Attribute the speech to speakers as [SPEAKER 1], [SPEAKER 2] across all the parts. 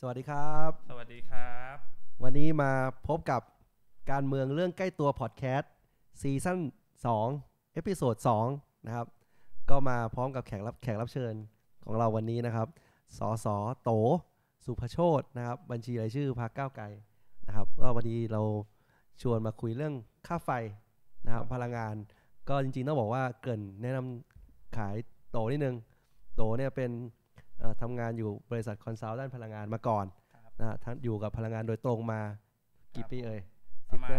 [SPEAKER 1] สวัสดีครับ
[SPEAKER 2] สวัสดีครับ
[SPEAKER 1] วันนี้มาพบกับการเมืองเรื่องใกล้ตัวพอดแคสต์ซีซั่น2เอพิโซด2นะครับ ก็มาพร้อมกับแขกรับแขกรับเชิญของเราวันนี้นะครับ สสโต สุภโชตนะครับ บัญชีรายชื่อพรรคก้าวไกลนะครับ ก็วันนี้เราชวนมาคุยเรื่องค่าไฟนะครับพลังงาน ก็จริงๆต้องบอกว่าเกรินแนะนำขายโตนิดนึง โตเนี่ยเป็นเอ่อทำงานอยู่บริษัทคอนซัลท์ด้านพลังงานมาก่อน
[SPEAKER 2] ครับ
[SPEAKER 1] นะฮะท่านอยู่กับพลังงานโดยตรงมากี่ปีเอ่ย
[SPEAKER 2] ประมา
[SPEAKER 1] สิบ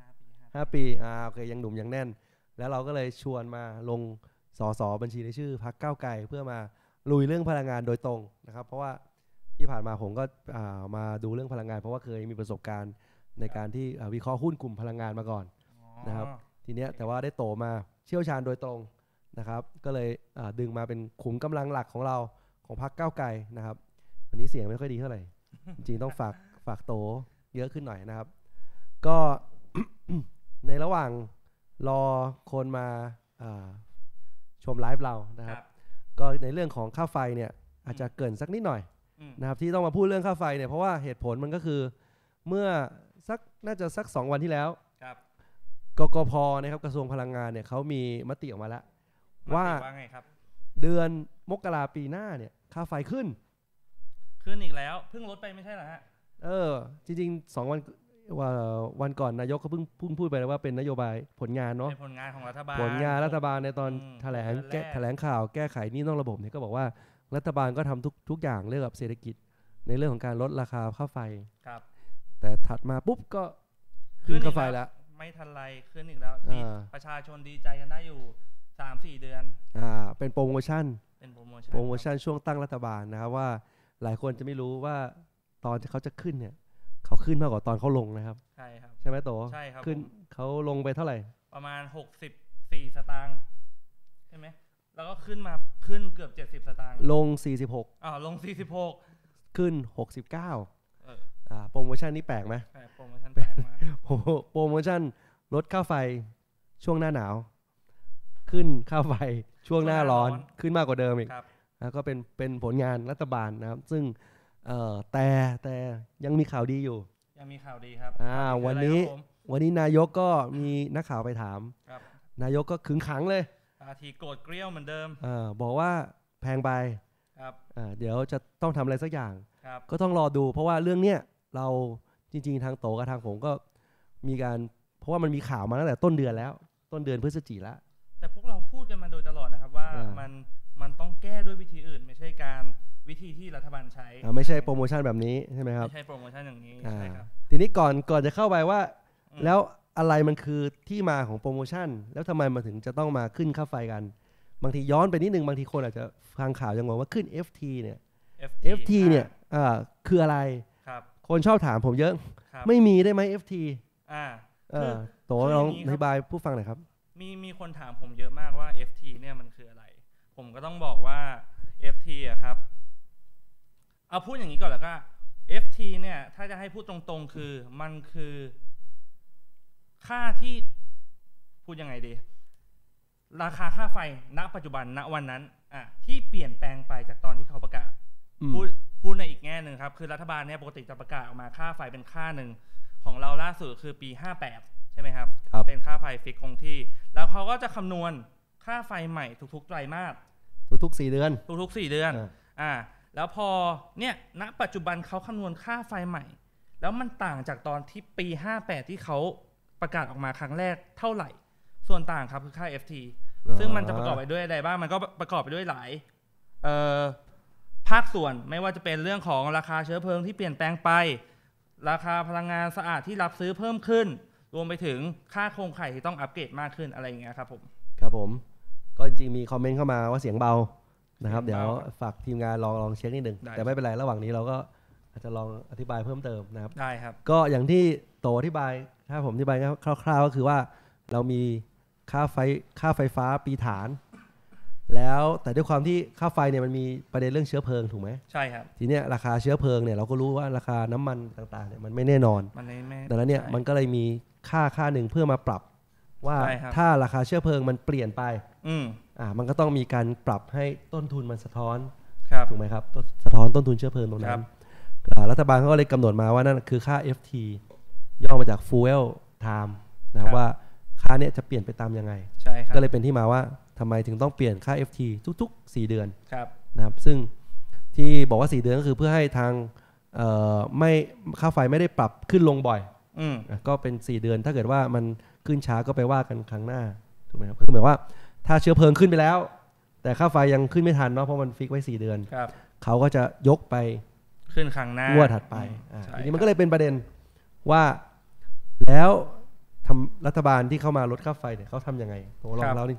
[SPEAKER 2] ณ
[SPEAKER 1] นะ
[SPEAKER 2] ห้าปีห้า
[SPEAKER 1] ห้าปีอ่าโอเคยังหนุ่มยังแน่น แล้วเราก็เลยชวนมาลงสอสอบัญชีรายชื่อพักก้าวไกลเพื่อมาลุยเรื่องพลังงานโดยตรงนะครับ เพราะว่าที่ผ่านมาผมก็อ่ามาดูเรื่องพลังงาน เพราะว่าเคยมีประสบการณ์ในการที่อ่าวิเคราะห์หุ้นกลุ่มพลังงานมาก่อน
[SPEAKER 2] อ๋อ
[SPEAKER 1] นะครับ ทีเนี้ยแต่ว่าได้โตมาเชี่ยวชาญโดยตรงนะครับ ก็เลยอ่าดึงมาเป็นขุมกำลังหลักของเราของพักก้าวไกลนะครับวันนี้เสียงไม่ค่อยดีเท่าไหร่ จริงๆต้องฝาก ฝากโตเยอะขึ้นหน่อยนะครับ ก็ ในระหว่างรอคนมาอ่าชมไลฟ์เรานะค
[SPEAKER 2] ครับ รับ
[SPEAKER 1] ก็ในเรื่องของค่าไฟเนี่ยอาจจะเกรินสักนิดหน่อย
[SPEAKER 2] อืม
[SPEAKER 1] นะครับที่ต้องมาพูดเรื่องค่าไฟเนี่ยเพราะว่าเหตุผลมันก็คือ เมื่อสักน่าจะสัก 2 วันที่แล้ว
[SPEAKER 2] ครับ
[SPEAKER 1] กกพนะครับกระทรวงพลังงานเนี่ยเขามีมติออกมาแล้ว ว่า
[SPEAKER 2] มติว่าไงครับ
[SPEAKER 1] เดือนมกราปีหน้าเนี่ยค่าไฟขึ้น
[SPEAKER 2] ขึ้นอีกแล้ว เพิ่งลดไปไม่ใช่เหรอฮะ
[SPEAKER 1] เออ จริงๆ 2 วันว่าวันก่อนนายกก็เพิ่งเพิ่งพูดไปแล้วว่าเป็นนโยบายผลงานเนาะ
[SPEAKER 2] เป็นผลงานของรัฐบาล
[SPEAKER 1] ผลงานรัฐบาลในตอน
[SPEAKER 2] อืม
[SPEAKER 1] แถลงแก้
[SPEAKER 2] เดือนแรก
[SPEAKER 1] แถลงข่าวแก้ไขหนี่นอกระบบเนี่ยก็บอกว่ารัฐบาลก็ทำทุกทุกอย่างเรื่องกับเศรษฐกิจ ในเรื่องของการลดราคาค่าไฟ
[SPEAKER 2] ครับ
[SPEAKER 1] แต่ถัดมาปุ๊บก็ขึ้นค่าไฟแล้ว
[SPEAKER 2] ไม่ทันไรขึ้นอีกแล้วดี
[SPEAKER 1] อ่า
[SPEAKER 2] ประชาชนดีใจกันได้อยู่สามสี่เดือน
[SPEAKER 1] อ่าเป็นโปรโมชั่น
[SPEAKER 2] เป็นโปรโมชั่น
[SPEAKER 1] โปรโมชั่นช่วงตั้งรัฐบาลนะครับว่าหลายคนจะไม่รู้ว่าตอนที่เขาจะขึ้นเนี่ยเขาขึ้นมากกว่าตอนเขาลงนะครับ
[SPEAKER 2] ใช่ครับ
[SPEAKER 1] ใช่ไหมโต
[SPEAKER 2] ใช่ครับ
[SPEAKER 1] ขึ้น
[SPEAKER 2] ผม
[SPEAKER 1] เขาลงไปเท่าไหร่
[SPEAKER 2] ประมาณหกสิบสี่สตางค์ใช่ไหมแล้วก็ขึ้นมาขึ้นเกือบเจ็ดสิบ70 สตางค์
[SPEAKER 1] ลง 46
[SPEAKER 2] อ้าวลงสี่สิบหก
[SPEAKER 1] ขึ้น 69อ่าโปรโมชั่นนี่แปลกไหม
[SPEAKER 2] โปรโมชั่นแปลกมาก
[SPEAKER 1] โปรโปรโมชั่นลดค่าไฟช่วงหน้าหนาว ขึ้นค่าไฟช่วงหน้าร้อนขึ้นมากกว่าเดิมอีก
[SPEAKER 2] ครับ
[SPEAKER 1] นะก็เป็นเป็นผลงานรัฐบาลนะครับ ซึ่งเอ่อแต่แต่ยังมีข่าวดีอยู่
[SPEAKER 2] ยังมีข่าวดีครับ
[SPEAKER 1] อ่า
[SPEAKER 2] ข่
[SPEAKER 1] วัน
[SPEAKER 2] ดี
[SPEAKER 1] นี้
[SPEAKER 2] คืออะไรครับผม
[SPEAKER 1] วันนี้นายกก็มีนักข่าวไปถาม
[SPEAKER 2] ครับ
[SPEAKER 1] นายกก็ขึงขังเลย
[SPEAKER 2] อาทีโกรธเกรี้ยวเหมือนเดิม
[SPEAKER 1] เออบอกว่าแพงไป
[SPEAKER 2] ครับ
[SPEAKER 1] อ่าเดี๋ยวจะต้องทำอะไรสักอย่าง
[SPEAKER 2] ครับ
[SPEAKER 1] ก็ต้องรอดู เพราะว่าเรื่องเนี้ยเราจริง ๆ ทางโตกับทางผมก็มีการ เพราะว่ามันมีข่าวมาตั้งแต่ต้นเดือนแล้ว ต้นเดือนพฤศจิแล้ว
[SPEAKER 2] แต่พวกเราพูดกันมาโดยตลอดนะครับว่า
[SPEAKER 1] อ่ามั
[SPEAKER 2] มันมันต้องแก้ด้วยวิธีอื่น ไม่ใช่การวิธีที่รัฐบาลใช้
[SPEAKER 1] อ่าไม่ใช่โปรโมชั่นแบบนี้ใช่ไหมครับ
[SPEAKER 2] ไม่ใช่โปรโมชั่นอย่างนี้
[SPEAKER 1] อ่า
[SPEAKER 2] ใช่ครับ
[SPEAKER 1] ทีนี้ก่อนก่อนจะเข้าไปว่า
[SPEAKER 2] อืม
[SPEAKER 1] แล้วอะไรมันคือที่มาของโปรโมชั่น แล้วทำไมมันถึงจะต้องมาขึ้นค่าไฟกัน บางทีย้อนไปนิดนึง บางทีคนอาจจะฟังข่าวยังงงว่าขึ้น FT เนี่ย
[SPEAKER 2] FT
[SPEAKER 1] FT เนี่ยอ่าคืออะไร
[SPEAKER 2] อ่าครับ
[SPEAKER 1] คนชอบถามผมเยอะ
[SPEAKER 2] ครับ
[SPEAKER 1] ไม่มีได้ไหม FT
[SPEAKER 2] อ่า
[SPEAKER 1] เออ
[SPEAKER 2] คือ
[SPEAKER 1] โตล
[SPEAKER 2] คือ
[SPEAKER 1] อง
[SPEAKER 2] อ
[SPEAKER 1] อย่าง
[SPEAKER 2] นี้ครับ
[SPEAKER 1] ธิบายผู้ฟังหน่อยครับ
[SPEAKER 2] มีมีคนถามผมเยอะมากว่า FT เนี่ยมันคืออะไร ผมก็ต้องบอกว่า FT อะครับ เอาพูดอย่างนี้ก่อนแล้วก็ FT เนี่ย ถ้าจะให้พูดตรงๆ คือมันคือ ค่าที่พูดยังไงดี ราคาค่าไฟณ ปัจจุบันณวันนั้นอ่ะที่เปลี่ยนแปลงไปจากตอนที่เขาประกาศ
[SPEAKER 1] อืม
[SPEAKER 2] พูดพูดในอีกแง่หนึ่งครับ คือรัฐบาลเนี่ยปกติจะประกาศออกมาค่าไฟเป็นค่าหนึ่ง ของเราล่าสุดคือปี 58 ใช่ไหมครับ
[SPEAKER 1] ครับ
[SPEAKER 2] เป็นค่าไฟฟิกคงที่ แล้วเขาก็จะคำนวณค่าไฟใหม่ทุกๆไตรมาส
[SPEAKER 1] ทุกๆ 4 เดือน
[SPEAKER 2] ทุกๆ 4 เดือน
[SPEAKER 1] อ่า
[SPEAKER 2] อ่าแล้วพอเนี่ยณปัจจุบันเขาคำนวณค่าไฟใหม่ แล้วมันต่างจากตอนที่ปี 58 ที่เขาประกาศออกมาครั้งแรกเท่าไหร่ ส่วนต่างครับคือค่า FT ซึ่งมันจะประกอบไปด้วยอะไรบ้าง มันก็ประกอบไปด้วยหลายเอ่อภาคส่วนไม่ว่าจะเป็นเรื่องของราคาเชื้อเพลิงที่เปลี่ยนแปลงไป ราคาพลังงานสะอาดที่รับซื้อเพิ่มขึ้น รวมไปถึงค่าโครงข่ายที่ต้องอัปเกรดมากขึ้นอะไรอย่างเงี้ยครับผม
[SPEAKER 1] ครับผม ก็จริงๆมีคอมเมนต์เข้ามาว่าเสียงเบานะครับ
[SPEAKER 2] เสี
[SPEAKER 1] เดี๋
[SPEAKER 2] ย
[SPEAKER 1] ย
[SPEAKER 2] ง
[SPEAKER 1] ว
[SPEAKER 2] เบา
[SPEAKER 1] ฝากทีมงานลองลองเช็คนิดนึง
[SPEAKER 2] ได้
[SPEAKER 1] แต่ไม่เป็นไรระหว่างนี้เราก็อาจจะลองอธิบายเพิ่มเติมนะครับ
[SPEAKER 2] ได้ครับ
[SPEAKER 1] ก็อย่างที่โตอธิบายถ้าผมอธิบายคร่าวๆก็คือว่าเรามีค่าไฟค่าไฟฟ้าปีฐาน แล้วแต่ด้วยความที่ค่าไฟเนี่ยมันมีประเด็นเรื่องเชื้อเพลิงถูกไหม
[SPEAKER 2] ใช่ครับ
[SPEAKER 1] ทีเนี้ยราคาเชื้อเพลิงเนี่ยเราก็รู้ว่าราคาน้ำมันต่างๆเนี่ยมันไม่แน่นอน
[SPEAKER 2] มันเลยไม่
[SPEAKER 1] ดังนั้นเนี่ยมันก็เลยมีค่าค่าหนึ่งเพื่อมาปรับ ว่า
[SPEAKER 2] ใช่ครับ
[SPEAKER 1] ถ้าราคาเชื้อเพลิงมันเปลี่ยนไป
[SPEAKER 2] อืม
[SPEAKER 1] อ่ามันก็ต้องมีการปรับให้ต้นทุนมันสะท้อน
[SPEAKER 2] ครับ
[SPEAKER 1] ถูกไหมครับต้นสะท้อนต้นทุนเชื้อเพลิงตรง
[SPEAKER 2] ค
[SPEAKER 1] นั้
[SPEAKER 2] รั
[SPEAKER 1] น
[SPEAKER 2] บ
[SPEAKER 1] อ่ารัฐบาลเขาก็เลยกำหนดมาว่านั่นคือค่า FT ย่อมาจาก fuel time นะครั
[SPEAKER 2] ครับ บ
[SPEAKER 1] ว่าค่าเนี้ยจะเปลี่ยนไปตามยังไง
[SPEAKER 2] ใช่ครับ
[SPEAKER 1] ก็เลยเป็นที่มาว่าทำไมถึงต้องเปลี่ยนค่า FT ทุก ๆ 4 เดือน
[SPEAKER 2] ครับ
[SPEAKER 1] นะครับซึ่งที่บอกว่า 4 เดือนก็คือเพื่อให้ทางเอ่อไม่ค่าไฟไม่ได้ปรับขึ้นลงบ่อย
[SPEAKER 2] อืม
[SPEAKER 1] อ่ะก็เป็น 4 เดือน ถ้าเกิดว่ามันขึ้นช้าก็ไปว่ากันครั้งหน้าถูกไหมครับคือหมายว่าถ้าเชื้อเพลิงขึ้นไปแล้ว แต่ค่าไฟยังขึ้นไม่ทันเนาะเพราะมันฟิกไว้ 4 เดือน
[SPEAKER 2] ครับ
[SPEAKER 1] เขาก็จะยกไป
[SPEAKER 2] ขึ้นครั้งหน้าง ง
[SPEAKER 1] วดถัดไปอ่ะ
[SPEAKER 2] ใช่
[SPEAKER 1] ทีนี้มัน
[SPEAKER 2] ครับ
[SPEAKER 1] ก็เลยเป็นประเด็นว่าแล้วทำรัฐบาลที่เข้ามาลดค่าไฟเนี่ยเขาทำยังไงโหลอ
[SPEAKER 2] ครั
[SPEAKER 1] ง
[SPEAKER 2] บ
[SPEAKER 1] เล่าดิ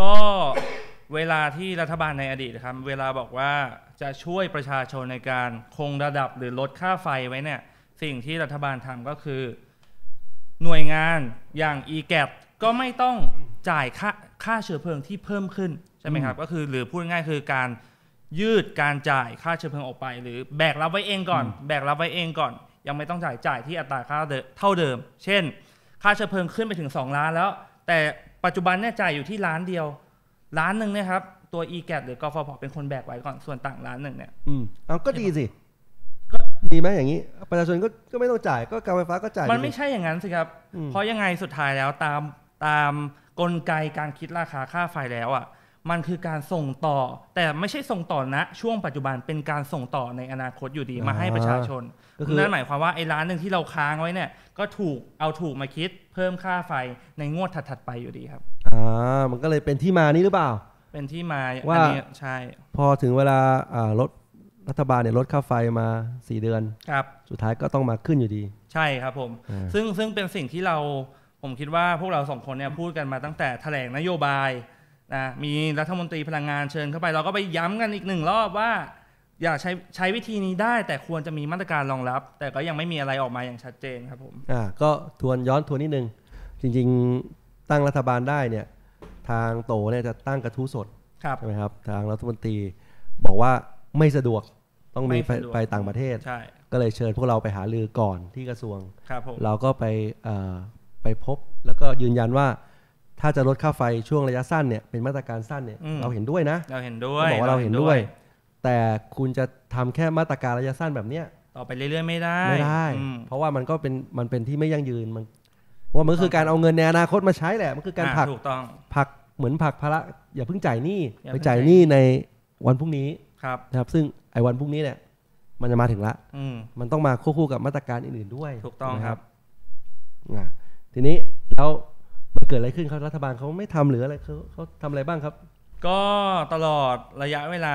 [SPEAKER 2] ก็ เวลาที่รัฐบาลในอดีตนะครับ เวลาบอกว่าจะช่วยประชาชนในการคงระดับหรือลดค่าไฟไว้เนี่ย สิ่งที่รัฐบาลทำก็คือ หน่วยงานอย่าง e g a p ก็ไม่ต้องจ่ายค่าค่าเชื้อเพลิงที่เพิ่มขึ้น ใช่ไหมครับ ก็คือหรือพูดง่ายๆคือการยืดการจ่ายค่าเชื้อเพลิงออกไป หรือแบกรับไว้เองก่อน แบกรับไว้เองก่อน ยังไม่ต้องจ่ายจ่ายที่อัตราค่าเดิมเท่าเดิม เช่น ค่าเชื้อเพลิงขึ้นไปถึง 2 ล้านแล้ว แต่ปัจจุบันเนี่ยจ่ายอยู่ที่ล้านเดียว ล้านหนึ่งเนะครับ ตัว e g a p หรือกฟผเป็นคนแบกไว้ก่อนส่วนต่างล้านหนึ่งเนี่ย
[SPEAKER 1] อืมเอาก็ดีสิ
[SPEAKER 2] ก็
[SPEAKER 1] ดีไหมอย่างนี้ประชาชนก็ก็ไม่ต้องจ่ายก็การไฟฟ้าก็จ่ายอ
[SPEAKER 2] มัน
[SPEAKER 1] ยู่
[SPEAKER 2] ไม่ใช่อย่างนั้นสิครับ
[SPEAKER 1] อืม
[SPEAKER 2] เพราะยังไงสุดท้ายแล้วตามตามกลไกการคิดราคาค่าไฟแล้วอ่ะ มันคือการส่งต่อ แต่ไม่ใช่ส่งต่อนะช่วงปัจจุบันเป็นการส่งต่อในอนาคตอยู่ดีมาให้ประชาชน
[SPEAKER 1] ก็คือ
[SPEAKER 2] นั่นหมายความว่าไอ้ร้านหนึ่งที่เราค้างไว้เนี่ยก็ถูกเอาถูกมาคิดเพิ่มค่าไฟในงวดถัดๆไปอยู่ดีครับ
[SPEAKER 1] อ่ามันก็เลยเป็นที่มานี้หรือเปล่า
[SPEAKER 2] เป็นที่มา
[SPEAKER 1] ว่า
[SPEAKER 2] อันนี้ใช่
[SPEAKER 1] พอถึงเวลาอ่ารถรัฐบาลเนี่ยลดค่าไฟมา 4 เดือน
[SPEAKER 2] ครับ
[SPEAKER 1] สุดท้ายก็ต้องมาขึ้นอยู่ดี
[SPEAKER 2] ใช่ครับผม
[SPEAKER 1] อ่า
[SPEAKER 2] ซึ่งซึ่งเป็นสิ่งที่เราผมคิดว่าพวกเราสองคนเนี่ยพูดกันมาตั้งแต่แถลงนโยบายนะมีรัฐมนตรีพลังงานเชิญเข้าไป เราก็ไปย้ำกันอีกหนึ่งรอบว่า อย่าใช้ใช้วิธีนี้ได้ แต่ควรจะมีมาตรการรองรับ แต่ก็ยังไม่มีอะไรออกมาอย่างชัดเจนครับผม
[SPEAKER 1] อ่าก็ทวนย้อนทวนนิดนึง จริงๆตั้งรัฐบาลได้เนี่ยทางโตเนี่ยจะตั้งกระทู้สด
[SPEAKER 2] ครับ
[SPEAKER 1] ใช่ไหมครับทางรัฐมนตรีบอกว่าไม่สะดวกต้องมีไป
[SPEAKER 2] ไม่สะดวก
[SPEAKER 1] ไปต่างประเทศ
[SPEAKER 2] ใช่
[SPEAKER 1] ก็เลยเชิญพวกเราไปหารือก่อนที่กระทรวง
[SPEAKER 2] ครับผม
[SPEAKER 1] เราก็ไปเอ่อไปพบแล้วก็ยืนยันว่า ถ้าจะลดค่าไฟช่วงระยะสั้นเนี่ยเป็นมาตรการสั้นเนี่ยเราเห็นด้วยนะ
[SPEAKER 2] เราเห็นด้ว
[SPEAKER 1] ก็
[SPEAKER 2] ย
[SPEAKER 1] บอกว่าเราเห็นด้วย แต่คุณจะทำแค่มาตรการระยะสั้นแบบเนี้ย
[SPEAKER 2] ต่อไปเรื่อยๆไม่ได้
[SPEAKER 1] ไม่ได้
[SPEAKER 2] อืม
[SPEAKER 1] เพราะว่ามันก็เป็นมันเป็นที่ไม่ยั่งยืนมันเพราะว่ามันก็คือการเอาเงินในอนาคตมาใช้แหละมันคือการ
[SPEAKER 2] อ่
[SPEAKER 1] ผลัก
[SPEAKER 2] ถูกต้อง
[SPEAKER 1] ผลักเหมือนผลักภาระอย่าเพิ่งจ่ายหนี้
[SPEAKER 2] อย่า
[SPEAKER 1] ไป
[SPEAKER 2] เพิ่ง
[SPEAKER 1] จ่าย
[SPEAKER 2] จ่าย
[SPEAKER 1] หนี้ในวันพรุ่งนี้
[SPEAKER 2] ครับ
[SPEAKER 1] นะครับ ซึ่งไอ้วันพรุ่งนี้เนี่ยมันจะมาถึงละ
[SPEAKER 2] อืม
[SPEAKER 1] มันต้องมาควบคู่กับมาตรการอื่นๆด้วย
[SPEAKER 2] ถูกต้อง
[SPEAKER 1] นะ
[SPEAKER 2] ค
[SPEAKER 1] ค
[SPEAKER 2] รั
[SPEAKER 1] รับ บอ่ะทีนี้แล้วมันเกิดอะไรขึ้นครับรัฐบาลเขาไม่ทำหรืออะไรเขาเขาทำอะไรบ้างครับ
[SPEAKER 2] ก็ตลอดระยะเวลา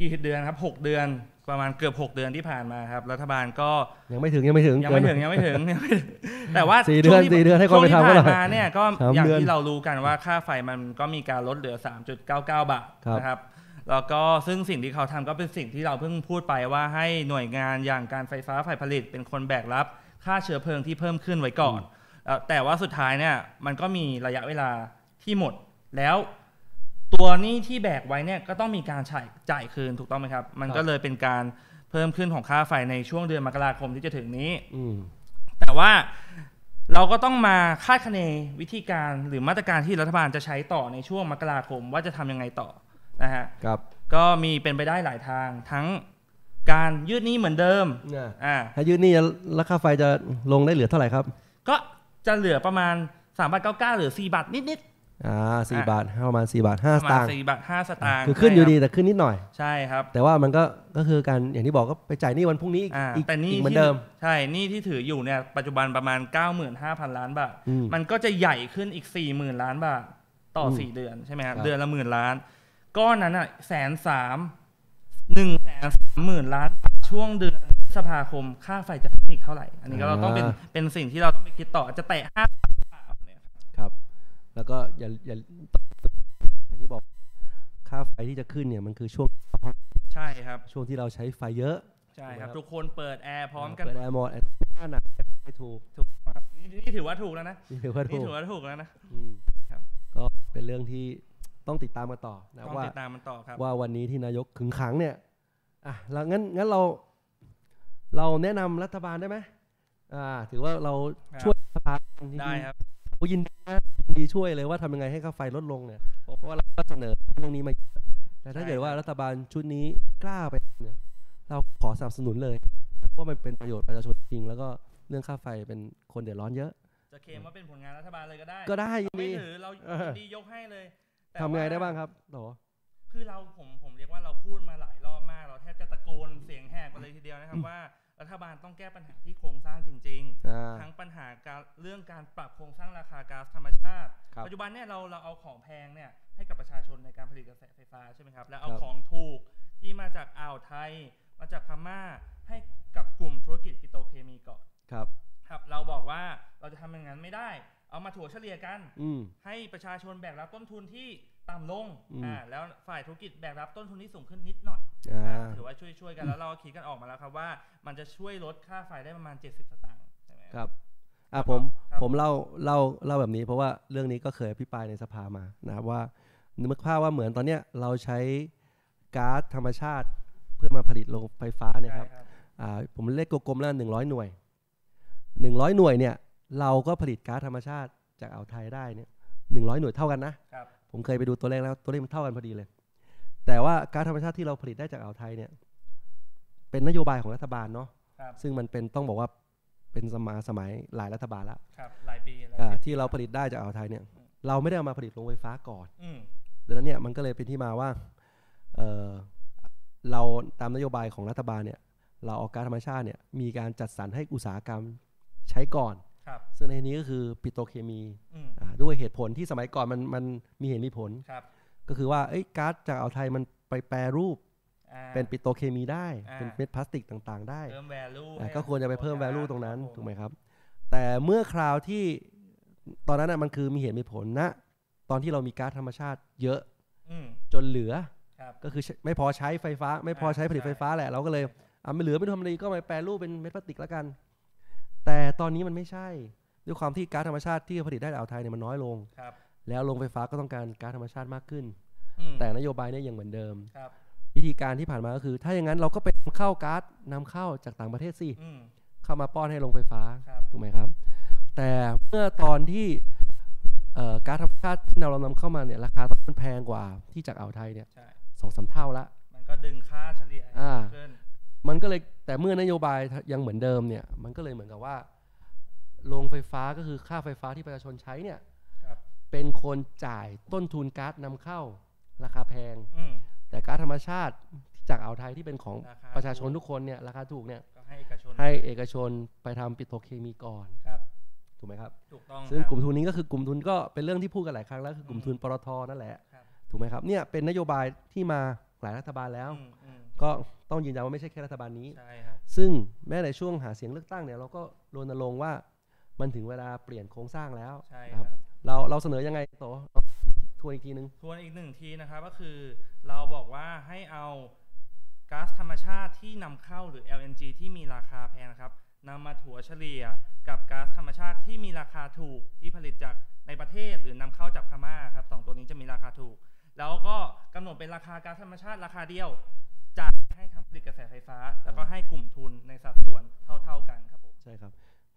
[SPEAKER 2] กี่เดือนครับ 6 เดือนประมาณเกือบ 6 เดือนที่ผ่านมาครับ รัฐบาลก็
[SPEAKER 1] ยังไม่ถึงยังไม่ถึง
[SPEAKER 2] ยังไม่
[SPEAKER 1] เกิน
[SPEAKER 2] ถึงยังไม่ถึงยังไม่ถึง แต่ว่า
[SPEAKER 1] สี่เดือน
[SPEAKER 2] ช่วงที่
[SPEAKER 1] สี่เดือนให้ความเป็นธรรม
[SPEAKER 2] ช่วงที่
[SPEAKER 1] เท่าไหร่
[SPEAKER 2] ผ่านมาเนี่ยก็
[SPEAKER 1] สาม
[SPEAKER 2] อย่าง
[SPEAKER 1] เดือน
[SPEAKER 2] ที่เรารู้กันว่าค่าไฟมันก็มีการลดเหลือ 3.99 บาท
[SPEAKER 1] ครับ
[SPEAKER 2] นะครับ แล้วก็ซึ่งสิ่งที่เขาทำก็เป็นสิ่งที่เราเพิ่งพูดไปว่าให้หน่วยงานอย่างการไฟฟ้าฝ่ายผลิต เป็นคนแบกรับ ค่าเชื้อเพลิงที่เพิ่มขึ้นไว้ก่อนเอ่อแต่ว่าสุดท้ายเนี่ยมันก็มีระยะเวลาที่หมด แล้วตัวหนี้ที่แบกไว้เนี่ยก็ต้องมีการจ่ายจ่ายคืนถูกต้องไหมครับ มัน
[SPEAKER 1] ครับ
[SPEAKER 2] ก็เลยเป็นการเพิ่มขึ้นของค่าไฟในช่วงเดือนมกราคมที่จะถึงนี้
[SPEAKER 1] อืม
[SPEAKER 2] แต่ว่าเราก็ต้องมาคาดคะเนวิธีการหรือมาตรการที่รัฐบาลจะใช้ต่อในช่วงมกราคมว่าจะทำยังไงต่อนะฮะ
[SPEAKER 1] ครับ
[SPEAKER 2] ก็มีเป็นไปได้หลายทางทั้งการยืดหนี้เหมือนเดิม
[SPEAKER 1] เนี่ย
[SPEAKER 2] อ่า
[SPEAKER 1] ถ้ายืดหนี่ราคาไฟจะลงได้เหลือเท่าไหร่ครับ
[SPEAKER 2] ก็จะเหลือประมาณ3บาท99หรือ4บาทนิด
[SPEAKER 1] อ่าสี่บาทประมาณสี่บาทห้า
[SPEAKER 2] ๆป
[SPEAKER 1] ส
[SPEAKER 2] ระมา
[SPEAKER 1] ตาง
[SPEAKER 2] ณ
[SPEAKER 1] ค์
[SPEAKER 2] 4บาท5สตางค์
[SPEAKER 1] คือขึ้นอยู่ดีแต่ขึ้นนิดหน่อย
[SPEAKER 2] ใช่ครับ
[SPEAKER 1] แต่ว่ามันก็ก็คือการอย่างที่บอกก็ไปจ่ายหนี้วันพรุ่งนี้อีก
[SPEAKER 2] อ่า
[SPEAKER 1] อีก
[SPEAKER 2] แต่หนี่
[SPEAKER 1] อีกเหมือนเดิม
[SPEAKER 2] ใช่หนี่ที่ถืออยู่เนี่ยปัจจุบันประมาณ 95,000 ล้านบาท
[SPEAKER 1] อืม
[SPEAKER 2] มันก็จะใหญ่ขึ้นอีก 40,000 ล้านบาท ต่ออ
[SPEAKER 1] ม
[SPEAKER 2] สี่เดือนใช่ไหมครับ
[SPEAKER 1] ครับ
[SPEAKER 2] เดือนละหมื่นล้าน ก้อนนั้นอ่ะแสนสามหนึ่งแสนสามหมื่นล้านบาทช่วงเดือนพฤษภาคมค่าไฟจะขึ้นอีกเท่าไหร่ อันนี้ก็เราต้องเป็นเป็นสิ่งที่เราต้องไปคิดต่อจะแตะห้าบาทเนี่ยครับ
[SPEAKER 1] ครับ แล้วก็อย่าอย่าอย่างที่บอก ค่าไฟที่จะขึ้นเนี่ยมันคือช่วง
[SPEAKER 2] ใช่ครับ
[SPEAKER 1] ช่วงที่เราใช้ไฟเยอะ
[SPEAKER 2] ใช่ครั
[SPEAKER 1] ถูกไหมครั
[SPEAKER 2] บ
[SPEAKER 1] บ
[SPEAKER 2] ทุกคนเปิดแอร์พร้อมกัน
[SPEAKER 1] เปิดแอร์หมดแอร์หน้าหนาวไม่ถูก
[SPEAKER 2] ถูกครับนี่นี่ถือว่าถูกแล้วนะ
[SPEAKER 1] นี่ถือว่า
[SPEAKER 2] นี่
[SPEAKER 1] ถูก
[SPEAKER 2] ถือว่าถูกแล้วนะ
[SPEAKER 1] อืม
[SPEAKER 2] ครับ
[SPEAKER 1] ก็เป็นเรื่องที่ต้องติดตามกันต่อนะ
[SPEAKER 2] ต้อง
[SPEAKER 1] ว่า
[SPEAKER 2] ติดตามมันต่อครับ
[SPEAKER 1] ว่าวันนี้ที่นายกขึงขังเนี่ยอ่ะแล้วงั้นงั้นเรา เราแนะนำรัฐบาลได้ไหมอ่า ถือว่าเรา
[SPEAKER 2] ครับ
[SPEAKER 1] ช่วยรัฐบาลจงๆ
[SPEAKER 2] ได้ครับ
[SPEAKER 1] โอ้ยินดีนะยินดีช่วยเลยว่าทำยังไงให้ค่าไฟลดลงเนี่ยเพราะว่าเราก็เสนอเรื่องนี้มาเยอะแต่ถ้า
[SPEAKER 2] ใช่
[SPEAKER 1] เกิดว่า
[SPEAKER 2] ครับ
[SPEAKER 1] รัฐบาลชุดนี้กล้าไปเนี่ย เราขอสนับสนุนเลยเพราะมันเป็นประโยชน์ประชาชนจริง แล้วก็เรื่องค่าไฟเป็นคนเดือดร้อนเยอะ
[SPEAKER 2] จะเคลมว่าเป็นผลงานรัฐบาลเลยก็ได้
[SPEAKER 1] ก็ได้ยิน
[SPEAKER 2] ไม่
[SPEAKER 1] ดี
[SPEAKER 2] ถือเรายินดียกให้เลยแต่
[SPEAKER 1] ทำไง
[SPEAKER 2] ว่
[SPEAKER 1] ได้บ้างครับหรอ
[SPEAKER 2] คือเราผมผมเรียกว่าเราพูดมาหลายรอบมาก เราแทบจะตะโกนเสียงแหบกันเลยทีเดียวนะครับว่ารัฐบาลต้องแก้ปัญหาที่โครงสร้างจริง
[SPEAKER 1] อ่า
[SPEAKER 2] ๆ ทั้งปัญหาการเรื่องการปรับโครงสร้างราคาก๊าซธรรมชาติ
[SPEAKER 1] ครับ
[SPEAKER 2] ปัจจุบันเนี่ยเราเราเอาของแพงเนี่ยให้กับประชาชนในการผลิตกระแสไฟฟ้าใช่ไหมครับ แล้วเอา
[SPEAKER 1] ครับ
[SPEAKER 2] ของถูกที่มาจากอ่าวไทย มาจากพม่าให้กับกลุ่มธุรกิจปิโตรเคมีก่อน
[SPEAKER 1] ครับ
[SPEAKER 2] ครับ เราบอกว่าเราจะทำอย่างนั้นไม่ได้ เอามาถั่วเฉลี่ยกัน
[SPEAKER 1] อืม
[SPEAKER 2] ให้ประชาชนแบกรับต้นทุนที่ต่ำลง
[SPEAKER 1] อืม
[SPEAKER 2] อ่าแล้วฝ่ายธุรกิจแบกรับต้นทุนที่สูงขึ้นนิดหน่อย
[SPEAKER 1] อ่า
[SPEAKER 2] อ่าถือว่าช่วยช่วยกันแล้วเราก็คิดกันออกมาแล้วครับว่า มันจะช่วยลดค่าไฟได้ประมาณ 70 สตางค์ใช่ไหม
[SPEAKER 1] ค
[SPEAKER 2] ครับ
[SPEAKER 1] รับ อ่ะ
[SPEAKER 2] แล้วก็
[SPEAKER 1] ผม
[SPEAKER 2] ครับ
[SPEAKER 1] ผมเล่าเล่าเล่าแบบนี้ เพราะว่าเรื่องนี้ก็เคยอภิปรายในสภามานะครับว่านึกภาพว่าเหมือนตอนเนี้ยเราใช้ก๊าซธรรมชาติเพื่อมาผลิตโรงไฟฟ้าเนี่ยครับ อ่าผมเลขกลมๆแล้วหนึ่งร้อยหน่วยหนึ่งร้อยหน่วยเนี่ยเราก็ผลิตก๊าซธรรมชาติจากอ่าวไทยได้เนี่ยหนึ่งร้อยหน่วยเท่ากันนะครับ ผมเคยไปดูตัวเลขแล้วตัวเลขมันเท่ากันพอดีเลย แต่ว่าก๊าซธรรมชาติที่เราผลิตได้จากอ่าวไทยเนี่ยเป็นนโยบายของรัฐบาลเนาะ
[SPEAKER 2] ครับ
[SPEAKER 1] ซึ่งมันเป็นต้องบอกว่าเป็นสมาสมัยหลายรัฐบาลละ
[SPEAKER 2] ครับหลายปีหลาย
[SPEAKER 1] อ่า
[SPEAKER 2] ปี
[SPEAKER 1] ที่เราผลิตได้จากอ่าวไทยเนี่ยเราไม่ได้เอามาผลิตโรงไฟฟ้าก่อน
[SPEAKER 2] อืม
[SPEAKER 1] ดังนั้นเนี่ยมันก็เลยเป็นที่มาว่าเอ่อเราตามนโยบายของรัฐบาลเนี่ยเราเอาก๊าซธรรมชาติเนี่ยมีการจัดสรรให้อุตสาหกรรมใช้ก่อน
[SPEAKER 2] ครับ
[SPEAKER 1] ซึ่งในนี้ก็คือปิโตรเคมี
[SPEAKER 2] อืม
[SPEAKER 1] อ่าด้วยเหตุผลที่สมัยก่อนมันมันมีเหตุมีผล
[SPEAKER 2] ครับ
[SPEAKER 1] ก็คือว่าเอ้ยก๊าซจากอ่าวไทยมันไปแปรรูป
[SPEAKER 2] อ่า
[SPEAKER 1] เป็นปิโตรเคมีได้
[SPEAKER 2] อ่า
[SPEAKER 1] เป็นเม็ดพลาสติกต่างๆ ได้
[SPEAKER 2] เพิ่ม value
[SPEAKER 1] อ่า
[SPEAKER 2] ให้
[SPEAKER 1] ก็ควรจะไปเพิ่ม
[SPEAKER 2] โค
[SPEAKER 1] value ตรงนั้น
[SPEAKER 2] คบผ
[SPEAKER 1] ถูกไหมครับ แต่เมื่อคราวที่ตอนนั้นน่ะมันคือมีเหตุมีผลนะตอนที่เรามีก๊าซธรรมชาติเยอะ
[SPEAKER 2] อืม
[SPEAKER 1] จนเหลือ
[SPEAKER 2] ครับ
[SPEAKER 1] ก็คือใช้ไม่พอใช้ไฟฟ้า ไม่พอใช้ผลิตไฟฟ้าแหละเราก็เลยอ่ะไม่เหลือไม่ทำอะไรก็มาแปรรูปเป็นเม็ดพลาสติกแล้วกัน แต่ตอนนี้มันไม่ใช่ ด้วยความที่ก๊าซธรรมชาติที่ผลิตได้ในอ่าวไทยเนี่ยมันน้อยลง
[SPEAKER 2] ครับ
[SPEAKER 1] แล้วโรงไฟฟ้าก็ต้องการก๊าซธรรมชาติมากขึ้น
[SPEAKER 2] อืม
[SPEAKER 1] แต่นโยบายเนี่ยยังเหมือนเดิม
[SPEAKER 2] ครับ
[SPEAKER 1] วิธีการที่ผ่านมาก็คือ ถ้าอย่างนั้นเราก็ไปนำเข้าก๊าซนำเข้าจากต่างประเทศสิ
[SPEAKER 2] อืม
[SPEAKER 1] เข้ามาป้อนให้โรงไฟฟ้า
[SPEAKER 2] ครับ
[SPEAKER 1] ถูกไหมครับ แต่เมื่อตอนที่เอ่อก๊าซธรรมชาติที่เรานำเข้ามาเนี่ยราคาตอนนั้นมันแพงกว่าที่จากอ่าวไทยเนี่ย
[SPEAKER 2] ใช่
[SPEAKER 1] สองสามเท่าละ
[SPEAKER 2] มันก็ดึงค่าเฉลี่ยให้
[SPEAKER 1] อ่า
[SPEAKER 2] ขึ้น
[SPEAKER 1] มันก็เลยแต่เมื่อนโยบายยังเหมือนเดิมเนี่ยมันก็เลยเหมือนกับว่าโรงไฟฟ้าก็คือค่าไฟฟ้าที่ประชาชนใช้เนี่ย
[SPEAKER 2] ครับ
[SPEAKER 1] เป็นคนจ่ายต้นทุนก๊าซนำเข้า ราคาแพง
[SPEAKER 2] อืม
[SPEAKER 1] แต่ก๊าซธรรมชาติที่จากอ่าวไทยที่เป็นของ
[SPEAKER 2] ราคา
[SPEAKER 1] ประชาชนทุกคนเนี่ยราคาถูกเนี่ย
[SPEAKER 2] ก็ให้เอกชน
[SPEAKER 1] ให้เอกชนไปทำปิโตรเคมีก่อน
[SPEAKER 2] ครับ
[SPEAKER 1] ถูกไหมครับ
[SPEAKER 2] ถูกต้อง
[SPEAKER 1] ซึ่ง
[SPEAKER 2] ครับ
[SPEAKER 1] กลุ่มทุนนี้ก็คือกลุ่มทุนก็เป็นเรื่องที่พูดกันหลายครั้งแล้วคือกลุ่ม
[SPEAKER 2] อืม
[SPEAKER 1] ทุนปตทนั่นแหละ
[SPEAKER 2] ครับ
[SPEAKER 1] ถูกไหมครับเนี่ยเป็นนโยบายที่มาหลายรัฐบาลแล้ว
[SPEAKER 2] อืมอืม
[SPEAKER 1] ก็ต้องยืนยันว่าไม่ใช่แค่รัฐบาลนี้
[SPEAKER 2] ใช่ครับ
[SPEAKER 1] ซึ่งแม้ในช่วงหาเสียงเลือกตั้งเนี่ยเราก็รณรงค์ว่ามันถึงเวลาเปลี่ยนโครงสร้างแล้ว
[SPEAKER 2] ใช่
[SPEAKER 1] นะ
[SPEAKER 2] ค
[SPEAKER 1] ค
[SPEAKER 2] รั
[SPEAKER 1] รั
[SPEAKER 2] บบ
[SPEAKER 1] เราเราเสนอยังไงโตทวนอีกทีนึง
[SPEAKER 2] ทวนอีกหนึ่งทีนะครับก็คือเราบอกว่าให้เอาก๊าซธรรมชาติที่นำเข้าหรือ LNG ที่มีราคาแพงนะครับนำมาถัวเฉลี่ยกับก๊าซธรรมชาติที่มีราคาถูกที่ผลิตจากในประเทศหรือนำเข้าจากพม่าครับสองตัวนี้จะมีราคาถูก แล้วก็กำหนดเป็นราคาก๊าซธรรมชาติราคาเดียวจ่ายให้ทางผลิตกระแสไฟฟ้า แล้วก็ให้กลุ่มทุนในสัดส่วนเท่า ๆกันครับผม
[SPEAKER 1] ใช่ครับ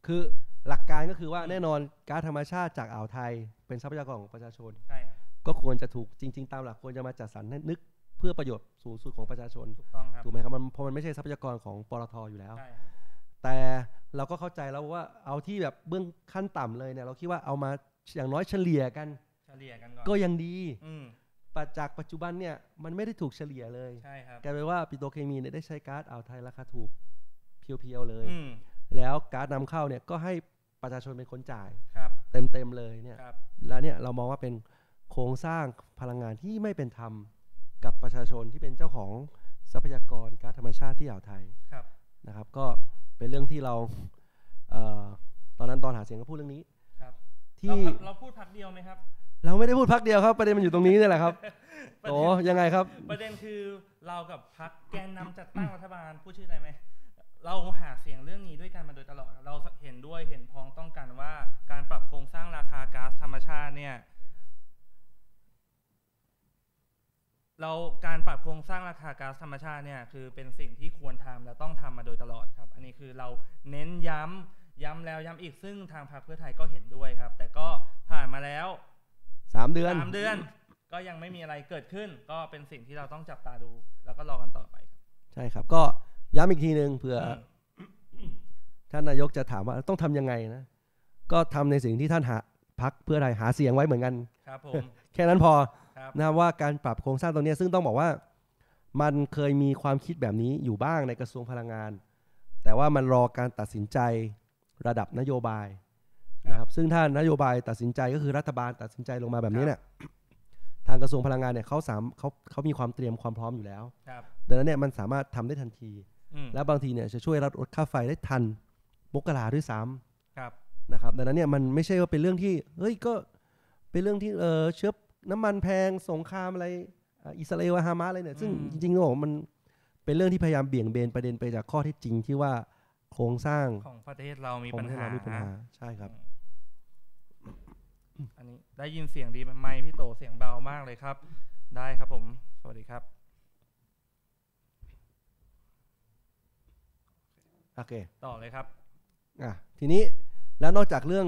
[SPEAKER 1] คือหลักการก็คือว่าแน่นอนก๊าซธรรมชาติจากอ่าวไทย เป็นทรัพยากรของประชาชน
[SPEAKER 2] ใช่ครับ
[SPEAKER 1] ก็ควรจะถูกจริง ๆ ตามหลักควรจะมาจัดสรรให้นึกเพื่อประโยชน์สูงสุดของประชาชน
[SPEAKER 2] ถูกต้องครับ
[SPEAKER 1] ถูกไหมครับมันเพราะมันไม่ใช่ทรัพยากรของปตทอยู่แล้ว
[SPEAKER 2] ใช่ครับ
[SPEAKER 1] แต่เราก็เข้าใจแล้วว่าเอาที่แบบเบื้องขั้นต่ำเลยเนี่ยเราคิดว่าเอามาอย่างน้อยเฉลี่ยกัน
[SPEAKER 2] เฉลี่ยกันก่อน
[SPEAKER 1] ก็ยังดี
[SPEAKER 2] อืม
[SPEAKER 1] ปัจจากปัจจุบันเนี่ยมันไม่ได้ถูกเฉลี่ยเลย
[SPEAKER 2] ใช่ครับ
[SPEAKER 1] กลายเป็นว่าปิโตรเคมีเนี่ยได้ใช้ก๊าซอ่าวไทยราคาถูกเพียวๆเลย
[SPEAKER 2] อืม
[SPEAKER 1] แล้วก๊าซนำเข้าเนี่ยก็ให้ประชาชนเป็นคนจ่าย
[SPEAKER 2] ครับ
[SPEAKER 1] เต็มๆเลยเนี่ย
[SPEAKER 2] ครับ
[SPEAKER 1] แล้วเนี่ยเรามองว่าเป็นโครงสร้างพลังงานที่ไม่เป็นธรรมกับประชาชนที่เป็นเจ้าของทรัพยากรก๊าซธรรมชาติที่อ่าวไทย
[SPEAKER 2] ครับ
[SPEAKER 1] นะครับก็เป็นเรื่องที่เราเอ่อตอนนั้นตอนหาเสียงก็พูดเรื่องนี้
[SPEAKER 2] ครับเรา
[SPEAKER 1] ที่
[SPEAKER 2] พักเราพูดพักเดียวไหมครับ
[SPEAKER 1] เราไม่ได้พูดพักเดียวครับประเด็นมันอยู่ตรงนี้เนี่ยแหละครับ โอ้ยังไงครับ
[SPEAKER 2] ประเด็นคือเรากับพักแกนนำจัดตั้งรัฐบาลพูดชื่อได้ไหม เราหาเสียงเรื่องนี้ด้วยกันมาโดยตลอด เราเห็นด้วยเห็นพ้องต้องกันว่า การปรับโครงสร้างราคาก๊าซธรรมชาติเนี่ย เราการปรับโครงสร้างราคาก๊าซธรรมชาติเนี่ยคือเป็นสิ่งที่ควรทำและต้องทำมาโดยตลอดครับ อันนี้คือเราเน้นย้ำย้ำแล้วย้ำอีกซึ่งทางพรรคเพื่อไทยก็เห็นด้วยครับ แต่ก็ผ่านมาแล้ว
[SPEAKER 1] สามเดือน
[SPEAKER 2] สามเดือนก็ยังไม่มีอะไรเกิดขึ้น ก็เป็นสิ่งที่เราต้องจับตาดู แล้วก็รอกันต่อไปครับ
[SPEAKER 1] ใช่ครับ ก็ ย้ำอีกทีหนึ่งเผื่อ
[SPEAKER 2] อืม
[SPEAKER 1] ท่านนายกจะถามว่าต้องทำยังไงนะ ก็ทำในสิ่งที่ท่านหาพักเพื่อไทยหาเสียงไว้เหมือนกัน
[SPEAKER 2] ครับผม
[SPEAKER 1] แค่นั้นพอ
[SPEAKER 2] ครับ
[SPEAKER 1] นะว่าการปรับโครงสร้างตรงเนี้ยซึ่งต้องบอกว่า มันเคยมีความคิดแบบนี้อยู่บ้างในกระทรวงพลังงาน แต่ว่ามันรอการตัดสินใจระดับนโยบายนะครับซึ่งถ้านโยบายตัดสินใจก็คือรัฐบาลตัดสินใจลงมาแบบนี้เนี่ยทางกระทรวงพลังงานเนี่ยเขาสามเขาเขามีความเตรียมความพร้อมอยู่แล้ว
[SPEAKER 2] ครับ
[SPEAKER 1] ดังนั้นเนี่ยมันสามารถทำได้ทันที
[SPEAKER 2] อืม
[SPEAKER 1] และบางทีเนี่ยจะช่วยลดค่าไฟได้ทันมกราด้วยซ้
[SPEAKER 2] ครับ
[SPEAKER 1] ำนะครับดังนั้นเนี่ยมันไม่ใช่ว่าเป็นเรื่องที่เฮ้ยก็เป็นเรื่องที่เออเชื้อน้ำมันแพงสงครามอะไรอ่ะอิสราเอลฮามาสอะไรเนี่ยซึ่งจริงๆแล้วมันเป็นเรื่องที่พยายามเบี่ยงเบนประเด็นไปจากข้อเท็จจริงที่ว่าโครงสร้าง
[SPEAKER 2] ของประเทศเรามี
[SPEAKER 1] ของ
[SPEAKER 2] ปัญ
[SPEAKER 1] ประเทศ
[SPEAKER 2] หา
[SPEAKER 1] เรามีปัญหาใช่ครับ
[SPEAKER 2] อันนี้ได้ยินเสียงดีไหมไมค์พี่โตเสียงเบามากเลยครับ ได้ครับผม สวัสดีครับ
[SPEAKER 1] โอเค
[SPEAKER 2] ต่อเลยครับ
[SPEAKER 1] อ่ะทีนี้แล้วนอกจากเรื่อง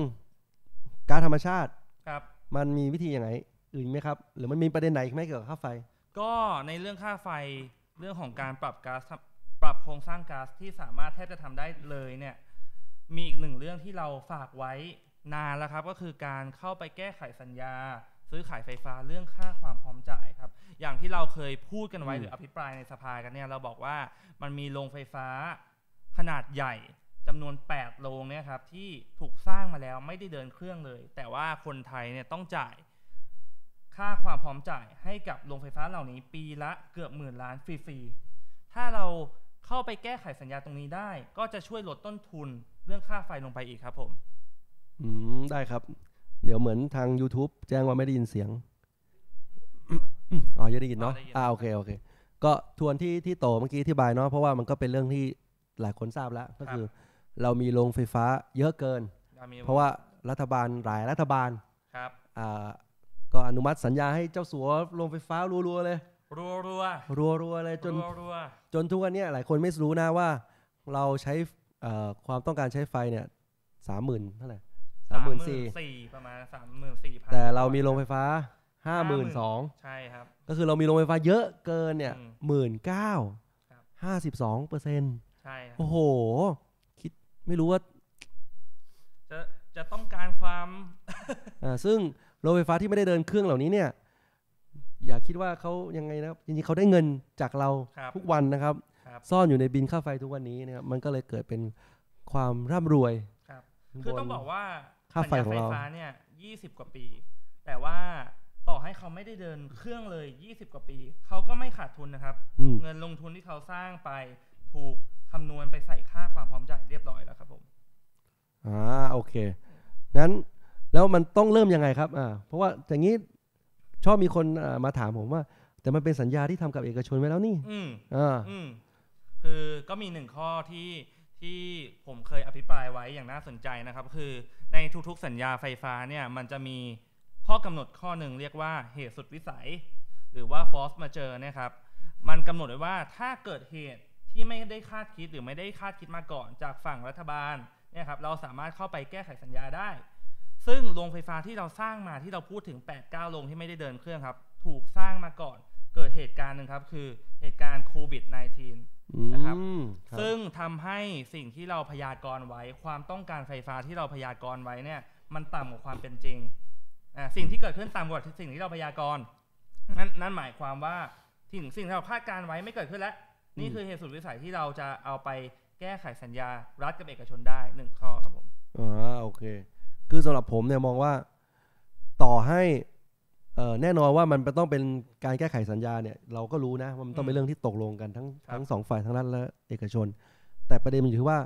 [SPEAKER 1] การธรรมชาติ
[SPEAKER 2] ครับ
[SPEAKER 1] มันมีวิธียังไงอื่นอีกไหมครับ หรือมันมีประเด็นไหนอีกไหมเกี่ยวกับค่าไฟ
[SPEAKER 2] ก็ในเรื่องค่าไฟเรื่องของการปรับก๊าซทำปรับโครงสร้างก๊าซที่สามารถแทบจะทำได้เลยเนี่ยมีอีกหนึ่งเรื่องที่เราฝากไว้นานแล้วครับ ก็คือการเข้าไปแก้ไขสัญญา ซื้อขายไฟฟ้าเรื่องค่าความพร้อมจ่ายครับ อย่างที่เราเคยพูดกันไว้
[SPEAKER 1] อืม
[SPEAKER 2] หรืออภิปรายในสภากันเนี่ยเราบอกว่ามันมีโรงไฟฟ้าขนาดใหญ่จำนวน 8 โรงเนี่ยครับที่ถูกสร้างมาแล้วไม่ได้เดินเครื่องเลย แต่ว่าคนไทยเนี่ยต้องจ่าย ค่าความพร้อมจ่ายให้กับโรงไฟฟ้าเหล่านี้ปีละเกือบหมื่นล้านฟรีๆ ถ้าเราเข้าไปแก้ไขสัญญาตรงนี้ได้ ก็จะช่วยลดต้นทุนเรื่องค่าไฟลงไปอีกครับผม
[SPEAKER 1] อืมได้ครับ เดี๋ยวเหมือนทาง YouTube แจ้งว่าไม่ได้ยินเสียง อ๋อยังได้ยินเนาะ
[SPEAKER 2] อ๋อได้ยิน
[SPEAKER 1] อ่าโอเคโอเค ก็ทวนที่ที่โตเมื่อกี้อธิบายเนาะเพราะว่ามันก็เป็นเรื่องที่หลายคนทราบแล้ว ก็คือ เรามีโรงไฟฟ้าเยอะเกิน
[SPEAKER 2] อ่มี
[SPEAKER 1] เพราะว่ารัฐบาลหลายรัฐบาล
[SPEAKER 2] ครับ
[SPEAKER 1] อ่าก็อนุมัติสัญญาให้เจ้าสัวโรงไฟฟ้ารัวๆเลย
[SPEAKER 2] รัวรัว
[SPEAKER 1] รัวๆเลยจน
[SPEAKER 2] รัวรัว
[SPEAKER 1] จนทุกวันเนี้หลายคนไม่รู้นะว่า เราใช้เอ่อความต้องการใช้ไฟเนี่ยสามหมื่นเท่าไหร่
[SPEAKER 2] ๆ
[SPEAKER 1] สามหมื่นสี่
[SPEAKER 2] 34,000ประมาณสามหมื่นสี่พัน
[SPEAKER 1] แต่เรามีโรงไฟฟ้าห้าหมื่นสอง
[SPEAKER 2] ใช่ครับ
[SPEAKER 1] ก็คือเรามีโรงไฟฟ้าเยอะเกินเนี่ย
[SPEAKER 2] อืม
[SPEAKER 1] หมื่นเก้า
[SPEAKER 2] ครับ
[SPEAKER 1] ห้าสิบสองเปอร์เซ็นต์
[SPEAKER 2] ใช่ครับ
[SPEAKER 1] โอ้โห คิดไม่รู้ว่า
[SPEAKER 2] จะจะต้องการความ
[SPEAKER 1] อ่าซึ่งโรงไฟฟ้าที่ไม่ได้เดินเครื่องเหล่านี้เนี่ย อย่าคิดว่าเขายังไงนะครับจริงๆเขาได้เงินจากเรา
[SPEAKER 2] ครับ
[SPEAKER 1] ทุกวันนะครับ
[SPEAKER 2] ครับ
[SPEAKER 1] ซ่อนอยู่ในบินค่าไฟทุกวันนี้นะครับมันก็เลยเกิดเป็นความร่ำรวย
[SPEAKER 2] ครับ คือต้อง
[SPEAKER 1] น
[SPEAKER 2] บอกว่า
[SPEAKER 1] ค่าไฟข
[SPEAKER 2] สัญญ
[SPEAKER 1] องเรา
[SPEAKER 2] ไฟฟ้าเนี่ย 20 กว่าปี แต่ว่าต่อให้เขาไม่ได้เดินเครื่องเลย 20 กว่าปี เขาก็ไม่ขาดทุนนะครับ
[SPEAKER 1] อืม
[SPEAKER 2] เงินลงทุนที่เขาสร้างไปถูกคำนวณไปใส่ค่าความพร้อมจ่ายเรียบร้อยแล้วครับผม
[SPEAKER 1] อ่าโอเค งั้นแล้วมันต้องเริ่มยังไงครับอ่าเพราะว่าอย่างนี้ชอบมีคนอ่ามาถามผมว่า แต่มันเป็นสัญญาที่ทำกับเอกชนไว้แล้วนี่
[SPEAKER 2] อืม
[SPEAKER 1] อ่า
[SPEAKER 2] อืมคือก็มีหนึ่งข้อที่ที่ผมเคยอภิปรายไว้อย่างน่าสนใจนะครับ คือในทุกๆสัญญาไฟฟ้าเนี่ยมันจะมีข้อกำหนดข้อหนึ่งเรียกว่าเหตุสุดวิสัย หรือว่า force majeure เนะครับ มันกำหนดไว้ว่าถ้าเกิดเหตุที่ไม่ได้คาดคิดหรือไม่ได้คาดคิดมาก่อนจากฝั่งรัฐบาลเนี่ยครับเราสามารถเข้าไปแก้ไขสัญญาได้ ซึ่งโรงไฟฟ้าที่เราสร้างมาที่เราพูดถึง 8-9 โรงที่ไม่ได้เดินเครื่องครับ ถูกสร้างมาก่อน เกิดเหตุการณ์หนึ่งครับ คือเหตุการณ์โควิด -19 นะครับ
[SPEAKER 1] อืมครับ
[SPEAKER 2] ซึ่งทำให้สิ่งที่เราพยากรณ์ไว้ ความต้องการไฟฟ้าที่เราพยากรณ์ไว้เนี่ย มันต่ำกว่าความเป็นจริงอ่าสิ่งที่เกิดขึ้นต่ำกว่าสิ่งที่เราพยากรณ์นั่นนั่นหมายความว่าสิ่งสิ่งที่เราคาดการณ์ไว้ไม่เกิดขึ้นแล้ว นี่คือเหตุสุดวิสัยที่เราจะเอาไปแก้ไขสัญญารัฐกับเอกชนได้หนึ่งข้อครับผม
[SPEAKER 1] อ่าโอเค คือสำหรับผมเนี่ยมองว่าต่อให้เอ่อแน่นอนว่ามันต้องเป็นการแก้ไขสัญญาเนี่ยเราก็รู้นะว่ามันต้องเป็นเรื่องที่ตกลงกันทั้งทั้งสองฝ่ายทั้งรัฐและเอกชน แต่ประเด็นมันอยู่ที่ว่า